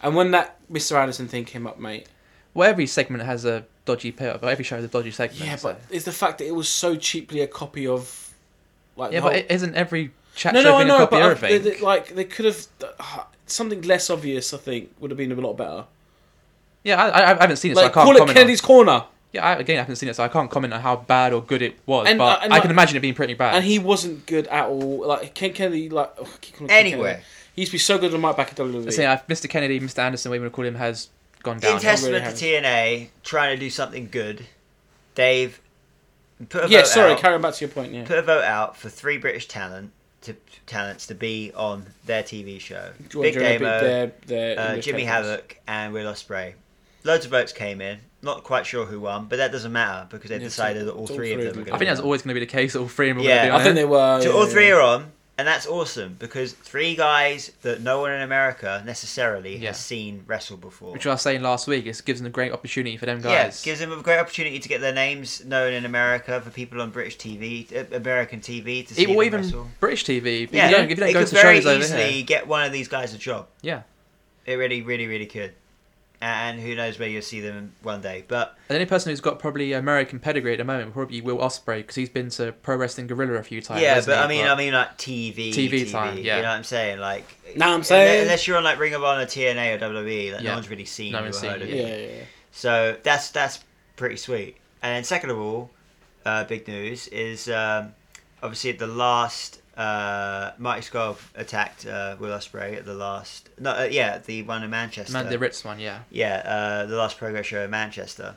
Speaker 1: and when that Mr Anderson thing came up mate
Speaker 2: Well, every segment has a dodgy payoff. Every show has a dodgy segment.
Speaker 1: Yeah,
Speaker 2: so-
Speaker 1: but it's the fact that it was so cheaply a copy of, like,
Speaker 2: yeah,
Speaker 1: the
Speaker 2: but
Speaker 1: whole-
Speaker 2: it isn't every chat
Speaker 1: no,
Speaker 2: show
Speaker 1: no, I
Speaker 2: thing a
Speaker 1: know,
Speaker 2: copy
Speaker 1: but
Speaker 2: of
Speaker 1: I-
Speaker 2: everything.
Speaker 1: they, they- like they could have uh, something less obvious. I think would have been a lot better.
Speaker 2: Yeah, I, I, I haven't seen it,
Speaker 1: Like,
Speaker 2: so I
Speaker 1: call
Speaker 2: can't
Speaker 1: it
Speaker 2: comment. On,
Speaker 1: Kennedy's Corner,
Speaker 2: yeah, I, again, I haven't seen it, so I can't comment on how bad or good it was.
Speaker 1: And,
Speaker 2: but
Speaker 1: uh, and
Speaker 2: I
Speaker 1: like-
Speaker 2: can imagine it being pretty bad.
Speaker 1: and he wasn't good at all. Like Ken Kennedy, like oh, I keep calling him Ken
Speaker 3: Anyway.
Speaker 1: Kennedy. he used to be so good on Mike back at WWE.
Speaker 2: Let's say, uh, Mr. Kennedy, Mr. Anderson, whatever you want to call him, has gone down.
Speaker 3: In testament
Speaker 1: really
Speaker 3: to TNA, trying to do something good, they've put a
Speaker 1: yeah,
Speaker 3: vote
Speaker 1: sorry,
Speaker 3: out.
Speaker 1: carrying back to your point. Yeah,
Speaker 3: put a vote out for three British talent to talents to be on their TV show.
Speaker 1: Joy
Speaker 3: Big
Speaker 1: Joy,
Speaker 3: Damo,
Speaker 1: their- their
Speaker 3: uh,
Speaker 1: English
Speaker 3: Jimmy
Speaker 1: characters.
Speaker 3: Havoc, and Will Ospreay. Loads of votes came in. not quite sure who won, but that doesn't matter because they've
Speaker 1: Yeah, it's
Speaker 3: decided
Speaker 1: all-
Speaker 3: that all
Speaker 1: it's all
Speaker 3: three of
Speaker 1: three
Speaker 3: them are
Speaker 1: of
Speaker 3: going
Speaker 1: them.
Speaker 2: I think that's always going to be the case. All three of them. are
Speaker 3: Yeah.
Speaker 2: gonna be on
Speaker 1: I think
Speaker 2: it.
Speaker 1: they were.
Speaker 3: So
Speaker 1: yeah,
Speaker 3: all
Speaker 1: yeah,
Speaker 3: three
Speaker 2: Oh.
Speaker 1: yeah.
Speaker 3: are on, and that's awesome because three guys that no one in America necessarily
Speaker 2: Yeah.
Speaker 3: has seen wrestle before.
Speaker 2: Which I was saying last week, it gives them a great opportunity for them
Speaker 3: Yeah,
Speaker 2: guys.
Speaker 3: gives them a great opportunity to get their names known in America for people on British TV, uh, American TV to see
Speaker 2: E-
Speaker 3: them
Speaker 2: or even
Speaker 3: wrestle.
Speaker 2: British TV. If
Speaker 3: Yeah,
Speaker 2: you don't, if you don't
Speaker 3: it
Speaker 2: go
Speaker 3: could
Speaker 2: to
Speaker 3: very
Speaker 2: shows over
Speaker 3: easily
Speaker 2: here,
Speaker 3: get one of these guys a job.
Speaker 2: yeah.
Speaker 3: It really, really, really could. And who knows where you'll see them one day. But
Speaker 2: And the only person who's got probably American pedigree at the moment would probably be Will Ospreay because he's been to Pro Wrestling Gorilla a few times.
Speaker 3: yeah,
Speaker 2: hasn't
Speaker 3: but I
Speaker 2: he?
Speaker 3: mean, I mean, like TV,
Speaker 2: TV time, yeah.
Speaker 3: You know what I'm saying? Like,
Speaker 1: Know what I'm
Speaker 3: unle-
Speaker 1: saying?
Speaker 3: unless you're on like Ring of Honor, TNA, or WWE, like, no
Speaker 2: Yeah.
Speaker 3: one's really seen
Speaker 2: No
Speaker 3: you
Speaker 2: one's
Speaker 3: or
Speaker 2: seen
Speaker 3: heard
Speaker 2: you.
Speaker 3: of you.
Speaker 1: Yeah, yeah, yeah.
Speaker 3: So that's that's pretty sweet. And then second of all, uh, big news is um, obviously at the last uh, Marty Scott attacked uh, Will Ospreay at the last no uh, yeah the one in Manchester
Speaker 2: Man, the Ritz one, yeah.
Speaker 3: yeah uh, the last progress show in Manchester,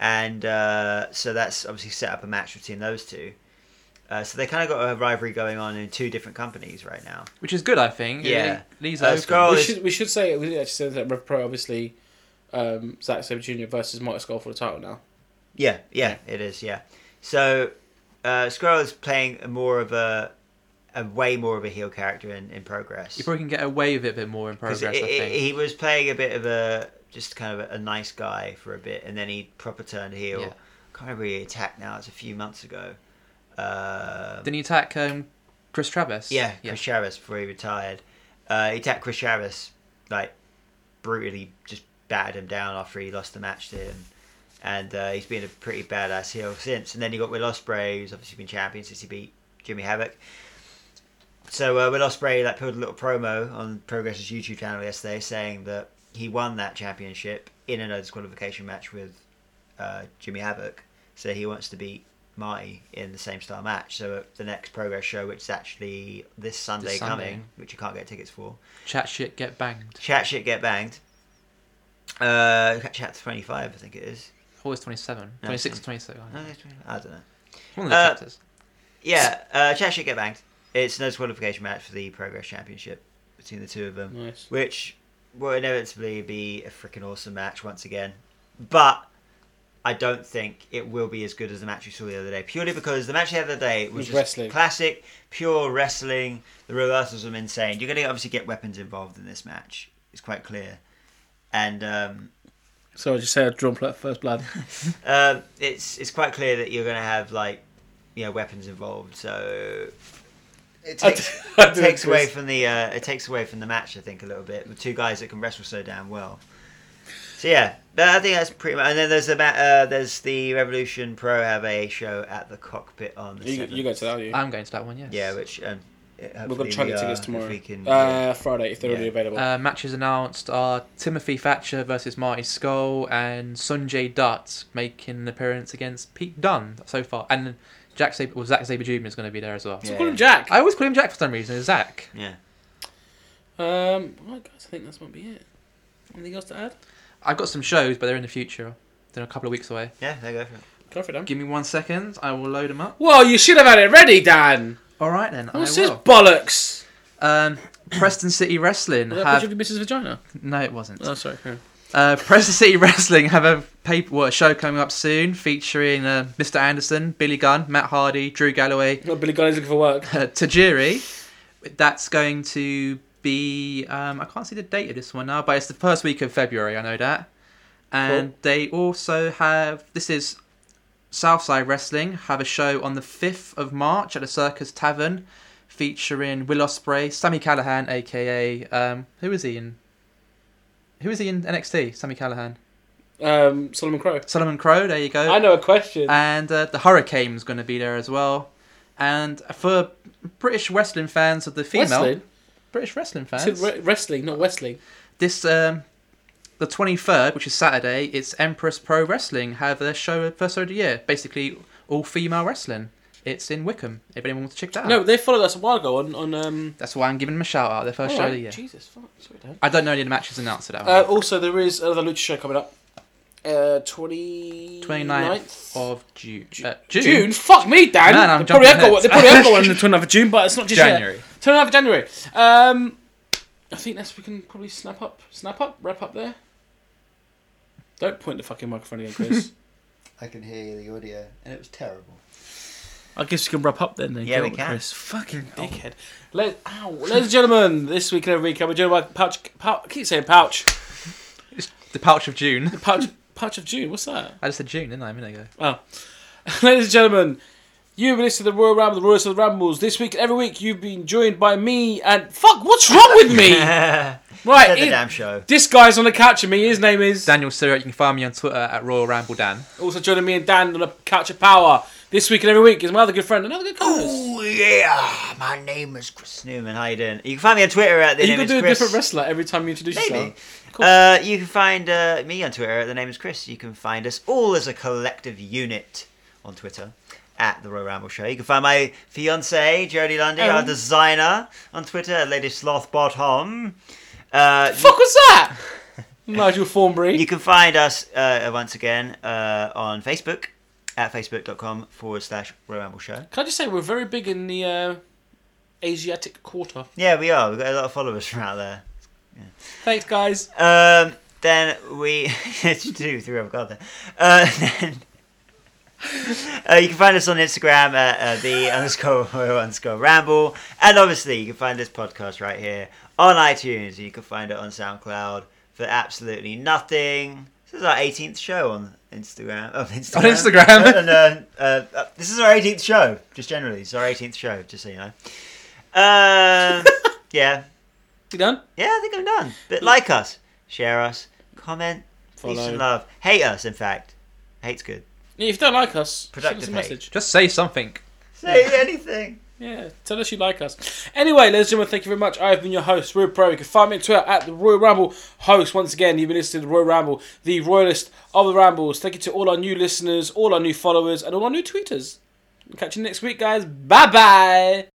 Speaker 3: and uh, so that's obviously set up a match between those two. Uh, so they kind of got a rivalry going on in two different companies right now.
Speaker 2: Which is good, I think. It
Speaker 3: Yeah.
Speaker 2: really leaves it
Speaker 3: Uh,
Speaker 2: open.
Speaker 3: Scar- Oh,
Speaker 1: we
Speaker 3: this-
Speaker 1: should we should say we did actually say that Rev Pro obviously um, Zack Sabre Jr. versus Marty Skull for the title now.
Speaker 3: Yeah, yeah, it is. Yeah. So uh, Squirrel is playing a more of a, a way more of a heel character in, in progress.
Speaker 2: You probably can get away with it a bit more in progress,
Speaker 3: it-
Speaker 2: I
Speaker 3: it- it-
Speaker 2: think.
Speaker 3: he was playing a bit of a just kind of a, a nice guy for a bit, and then he proper turned heel.
Speaker 2: Yeah.
Speaker 3: Can't remember who he attacked now. It's a few months ago. Um,
Speaker 2: Didn't he attack um, Chris Travis?
Speaker 3: yeah, Chris Chavis before he retired. Uh, he attacked Chris Chavis like brutally, just battered him down after he lost the match to him, and uh, he's been a pretty badass heel since. And then you got Will Ospreay, who's obviously been champion since he beat Jimmy Havoc. So uh, Will Ospreay like pulled a little promo on Progress's YouTube channel yesterday, saying that he won that championship in a no disqualification match with uh, Jimmy Havoc. So he wants to beat Marty in the same style match. So at the next Progress show, which is actually this Sunday,
Speaker 2: Sunday.
Speaker 3: coming, which you can't get tickets for.
Speaker 2: Chat shit, get banged.
Speaker 3: Chat shit, get banged. Uh, chat twenty five, I think it is.
Speaker 2: Always 27.
Speaker 3: No,
Speaker 2: 26
Speaker 3: it's-
Speaker 2: 27.
Speaker 3: No, it's 25. I don't know.
Speaker 2: One of the
Speaker 3: Uh,
Speaker 2: chapters.
Speaker 3: Yeah, uh, chat shit, get banged. It's no qualification match for the Progress Championship between the two of them.
Speaker 1: Nice.
Speaker 3: which will inevitably be a freaking awesome match once again. But I don't think it will be as good as the match we saw the other day, purely because the match the other day was
Speaker 1: was
Speaker 3: just
Speaker 1: wrestling.
Speaker 3: classic, pure wrestling. The reversals were insane. You're going to obviously get weapons involved in this match. It's quite clear, and um,
Speaker 1: So I just say I drawn pl- first blood.
Speaker 3: um, it's it's quite clear that you're going to have like you know weapons involved. So it
Speaker 1: I
Speaker 3: takes,
Speaker 1: do- I
Speaker 3: it
Speaker 1: do
Speaker 3: takes away
Speaker 1: agree.
Speaker 3: from the uh, it takes away from the match, I think, a little bit with two guys that can wrestle so damn well. So yeah, that- I think that's pretty much. And then there's the ma- uh, there's the Revolution Pro have a show at the cockpit on the
Speaker 1: You,
Speaker 3: 7th.
Speaker 1: you go to that, aren't you?
Speaker 2: I'm going to that one, yes.
Speaker 3: yeah, which um,
Speaker 1: We're
Speaker 3: it-
Speaker 1: gonna
Speaker 3: hopefully
Speaker 1: try to
Speaker 3: we
Speaker 1: get
Speaker 3: are,
Speaker 1: tickets
Speaker 3: if
Speaker 1: tomorrow.
Speaker 3: we can,
Speaker 1: uh, Friday if they're already
Speaker 3: Yeah.
Speaker 1: available.
Speaker 2: Uh, matches announced are Timothy Thatcher versus Marty Skull and Sunjay Dutt making an appearance against Pete Dunne so far. And Jack Sabre, well, Zack Sabre Jr. is going to be there as well.
Speaker 3: Yeah.
Speaker 1: Call him Jack.
Speaker 2: I always call him Jack for some reason. It's Zach.
Speaker 3: yeah.
Speaker 1: Um, right, guys, I think that's might be it. Anything else to add?
Speaker 2: I've got some shows, but they're in the future. They're a couple of weeks away.
Speaker 3: yeah, there you go for it.
Speaker 1: Go for it, Dan.
Speaker 2: Give me one second. I will load them up.
Speaker 1: Well, you should have had it ready, Dan.
Speaker 2: All right then. I
Speaker 1: What's this
Speaker 2: will.
Speaker 1: bollocks?
Speaker 2: Um, Preston City Wrestling
Speaker 1: Was that
Speaker 2: have
Speaker 1: picture of your missus' vagina?
Speaker 2: no, it wasn't.
Speaker 1: Oh, sorry. yeah.
Speaker 2: Uh, Preston City Wrestling have a paper what, a show coming up soon featuring uh, Mr. Anderson, Billy Gunn, Matt Hardy, Drew Galloway,
Speaker 1: Oh, Billy Gunn's looking for work.
Speaker 2: uh, Tajiri. That's going to be um, I can't see the date of this one now, but it's the first week of February. I know that, and they also have this is Southside Wrestling have a show on the fifth of March at the Circus Tavern featuring Will Ospreay, Sammy Callahan, aka um, who is he in? Who is he in NXT? Sammy Callahan.
Speaker 1: Um, Solomon Crow.
Speaker 2: Solomon Crow, there you
Speaker 1: I
Speaker 2: go.
Speaker 1: know a question.
Speaker 2: And uh, the Hurricane's going to be there as well. And for British wrestling fans of the female,
Speaker 1: Wrestling.
Speaker 2: British wrestling
Speaker 1: I
Speaker 2: fans,
Speaker 1: said re- wrestling, not wrestling.
Speaker 2: this um, the twenty third, which is Saturday, it's Empress Pro Wrestling have their show first show of the year, basically all female wrestling. It's in Wickham. If anyone wants to check that out,
Speaker 1: No, they followed us a while ago on on um.
Speaker 2: that's why I'm giving them a shout out. Their first show of
Speaker 1: alright,
Speaker 2: the year.
Speaker 1: Jesus, fuck, sorry, Dan.
Speaker 2: I don't know any of the matches announced for that
Speaker 1: Uh,
Speaker 2: one.
Speaker 1: also, there is another lucha show coming up. Uh, 20...
Speaker 2: 29th of June. Uh, June.
Speaker 1: June. Fuck me, Dan.
Speaker 2: Man, I'm
Speaker 1: they probably
Speaker 2: jumping
Speaker 1: have got one.
Speaker 2: ahead.
Speaker 1: They probably have got one on the 29th of June, but it's not just
Speaker 2: January.
Speaker 1: Yet. 29th of January. Um, I think that's we can probably snap up, snap up, wrap up there. Don't point the fucking microphone again, Chris.
Speaker 4: I can hear the audio, and it was terrible.
Speaker 1: I guess you can wrap up then. then
Speaker 3: Yeah,
Speaker 1: get
Speaker 3: we
Speaker 1: on with
Speaker 3: can.
Speaker 1: Chris. Fucking dickhead. Let, ow, ladies and gentlemen, this week in every week, I'm joined by pouch, pouch. I keep saying pouch.
Speaker 2: The pouch of June.
Speaker 1: Pouch. Pouch of June. What's that?
Speaker 2: I just said June, didn't I? A minute ago.
Speaker 1: Oh. Ladies and gentlemen, you've been listening to the Royal Ramble, the Royals of the Rambles. This week, every week, you've been joined by me and. Fuck, what's wrong with me?
Speaker 3: Said
Speaker 1: right,
Speaker 3: the
Speaker 1: it-
Speaker 3: damn show.
Speaker 1: this guy's on the couch of me. His name is.
Speaker 2: Daniel Sirot, you can find me on Twitter at Royal Ramble Dan.
Speaker 1: Also joining me and Dan on the couch of power. This week and every week is my other good friend, another good co host.
Speaker 3: Oh yeah, my name is Chris Newman. How you doing? You can find me on Twitter at the
Speaker 1: You
Speaker 3: name
Speaker 1: could
Speaker 3: is
Speaker 1: do a
Speaker 3: Chris.
Speaker 1: different wrestler every time you introduce
Speaker 3: Maybe.
Speaker 1: yourself.
Speaker 3: Uh, you can find uh, me on Twitter at the name is Chris. You can find us all as a collective unit on Twitter at the Royal Ramble Show. You can find my fiance Jodie Lundy, our
Speaker 1: Oh.
Speaker 3: designer, on Twitter at Lady Sloth Bottom. Uh,
Speaker 1: Fuck was that? Nigel Thornbury.
Speaker 3: you can find us uh, once again uh, on Facebook at facebook.com forward slash Royal Ramble Show.
Speaker 1: Can I just say we're very big in the uh, Asiatic quarter.
Speaker 3: Yeah, we are. We've got a lot of followers from out there.
Speaker 1: Thanks, guys.
Speaker 3: Um, then we two, three, I've got there. Uh, then, uh, you can find us on Instagram at uh, the underscore royal underscore ramble, and obviously you can find this podcast right here on iTunes. You can find it on SoundCloud for absolutely nothing. This is our 18th show on Instagram. On Instagram.
Speaker 2: On Instagram.
Speaker 3: and, uh, uh, uh, this is our 18th show, just generally. It's our 18th show, just so you know. Uh, yeah.
Speaker 1: You done?
Speaker 3: Yeah, I think I'm done. But like us, share us, comment, leave
Speaker 1: Follow.
Speaker 3: some love, hate us. In fact, hate's good.
Speaker 1: Yeah, if you don't like us, send us
Speaker 3: Productive
Speaker 1: a
Speaker 3: hate.
Speaker 1: message.
Speaker 2: Just say something.
Speaker 3: Say anything.
Speaker 1: Yeah, tell us you like us. Anyway, ladies and gentlemen, thank you very much. I've been your host, Royal Pro. You can find me on Twitter at the Royal Ramble host. Once again, you've been listening to the Royal Ramble, the royalist of the Rambles. Thank you to all our new listeners, all our new followers, and all our new tweeters. We'll catch you next week, guys. Bye bye.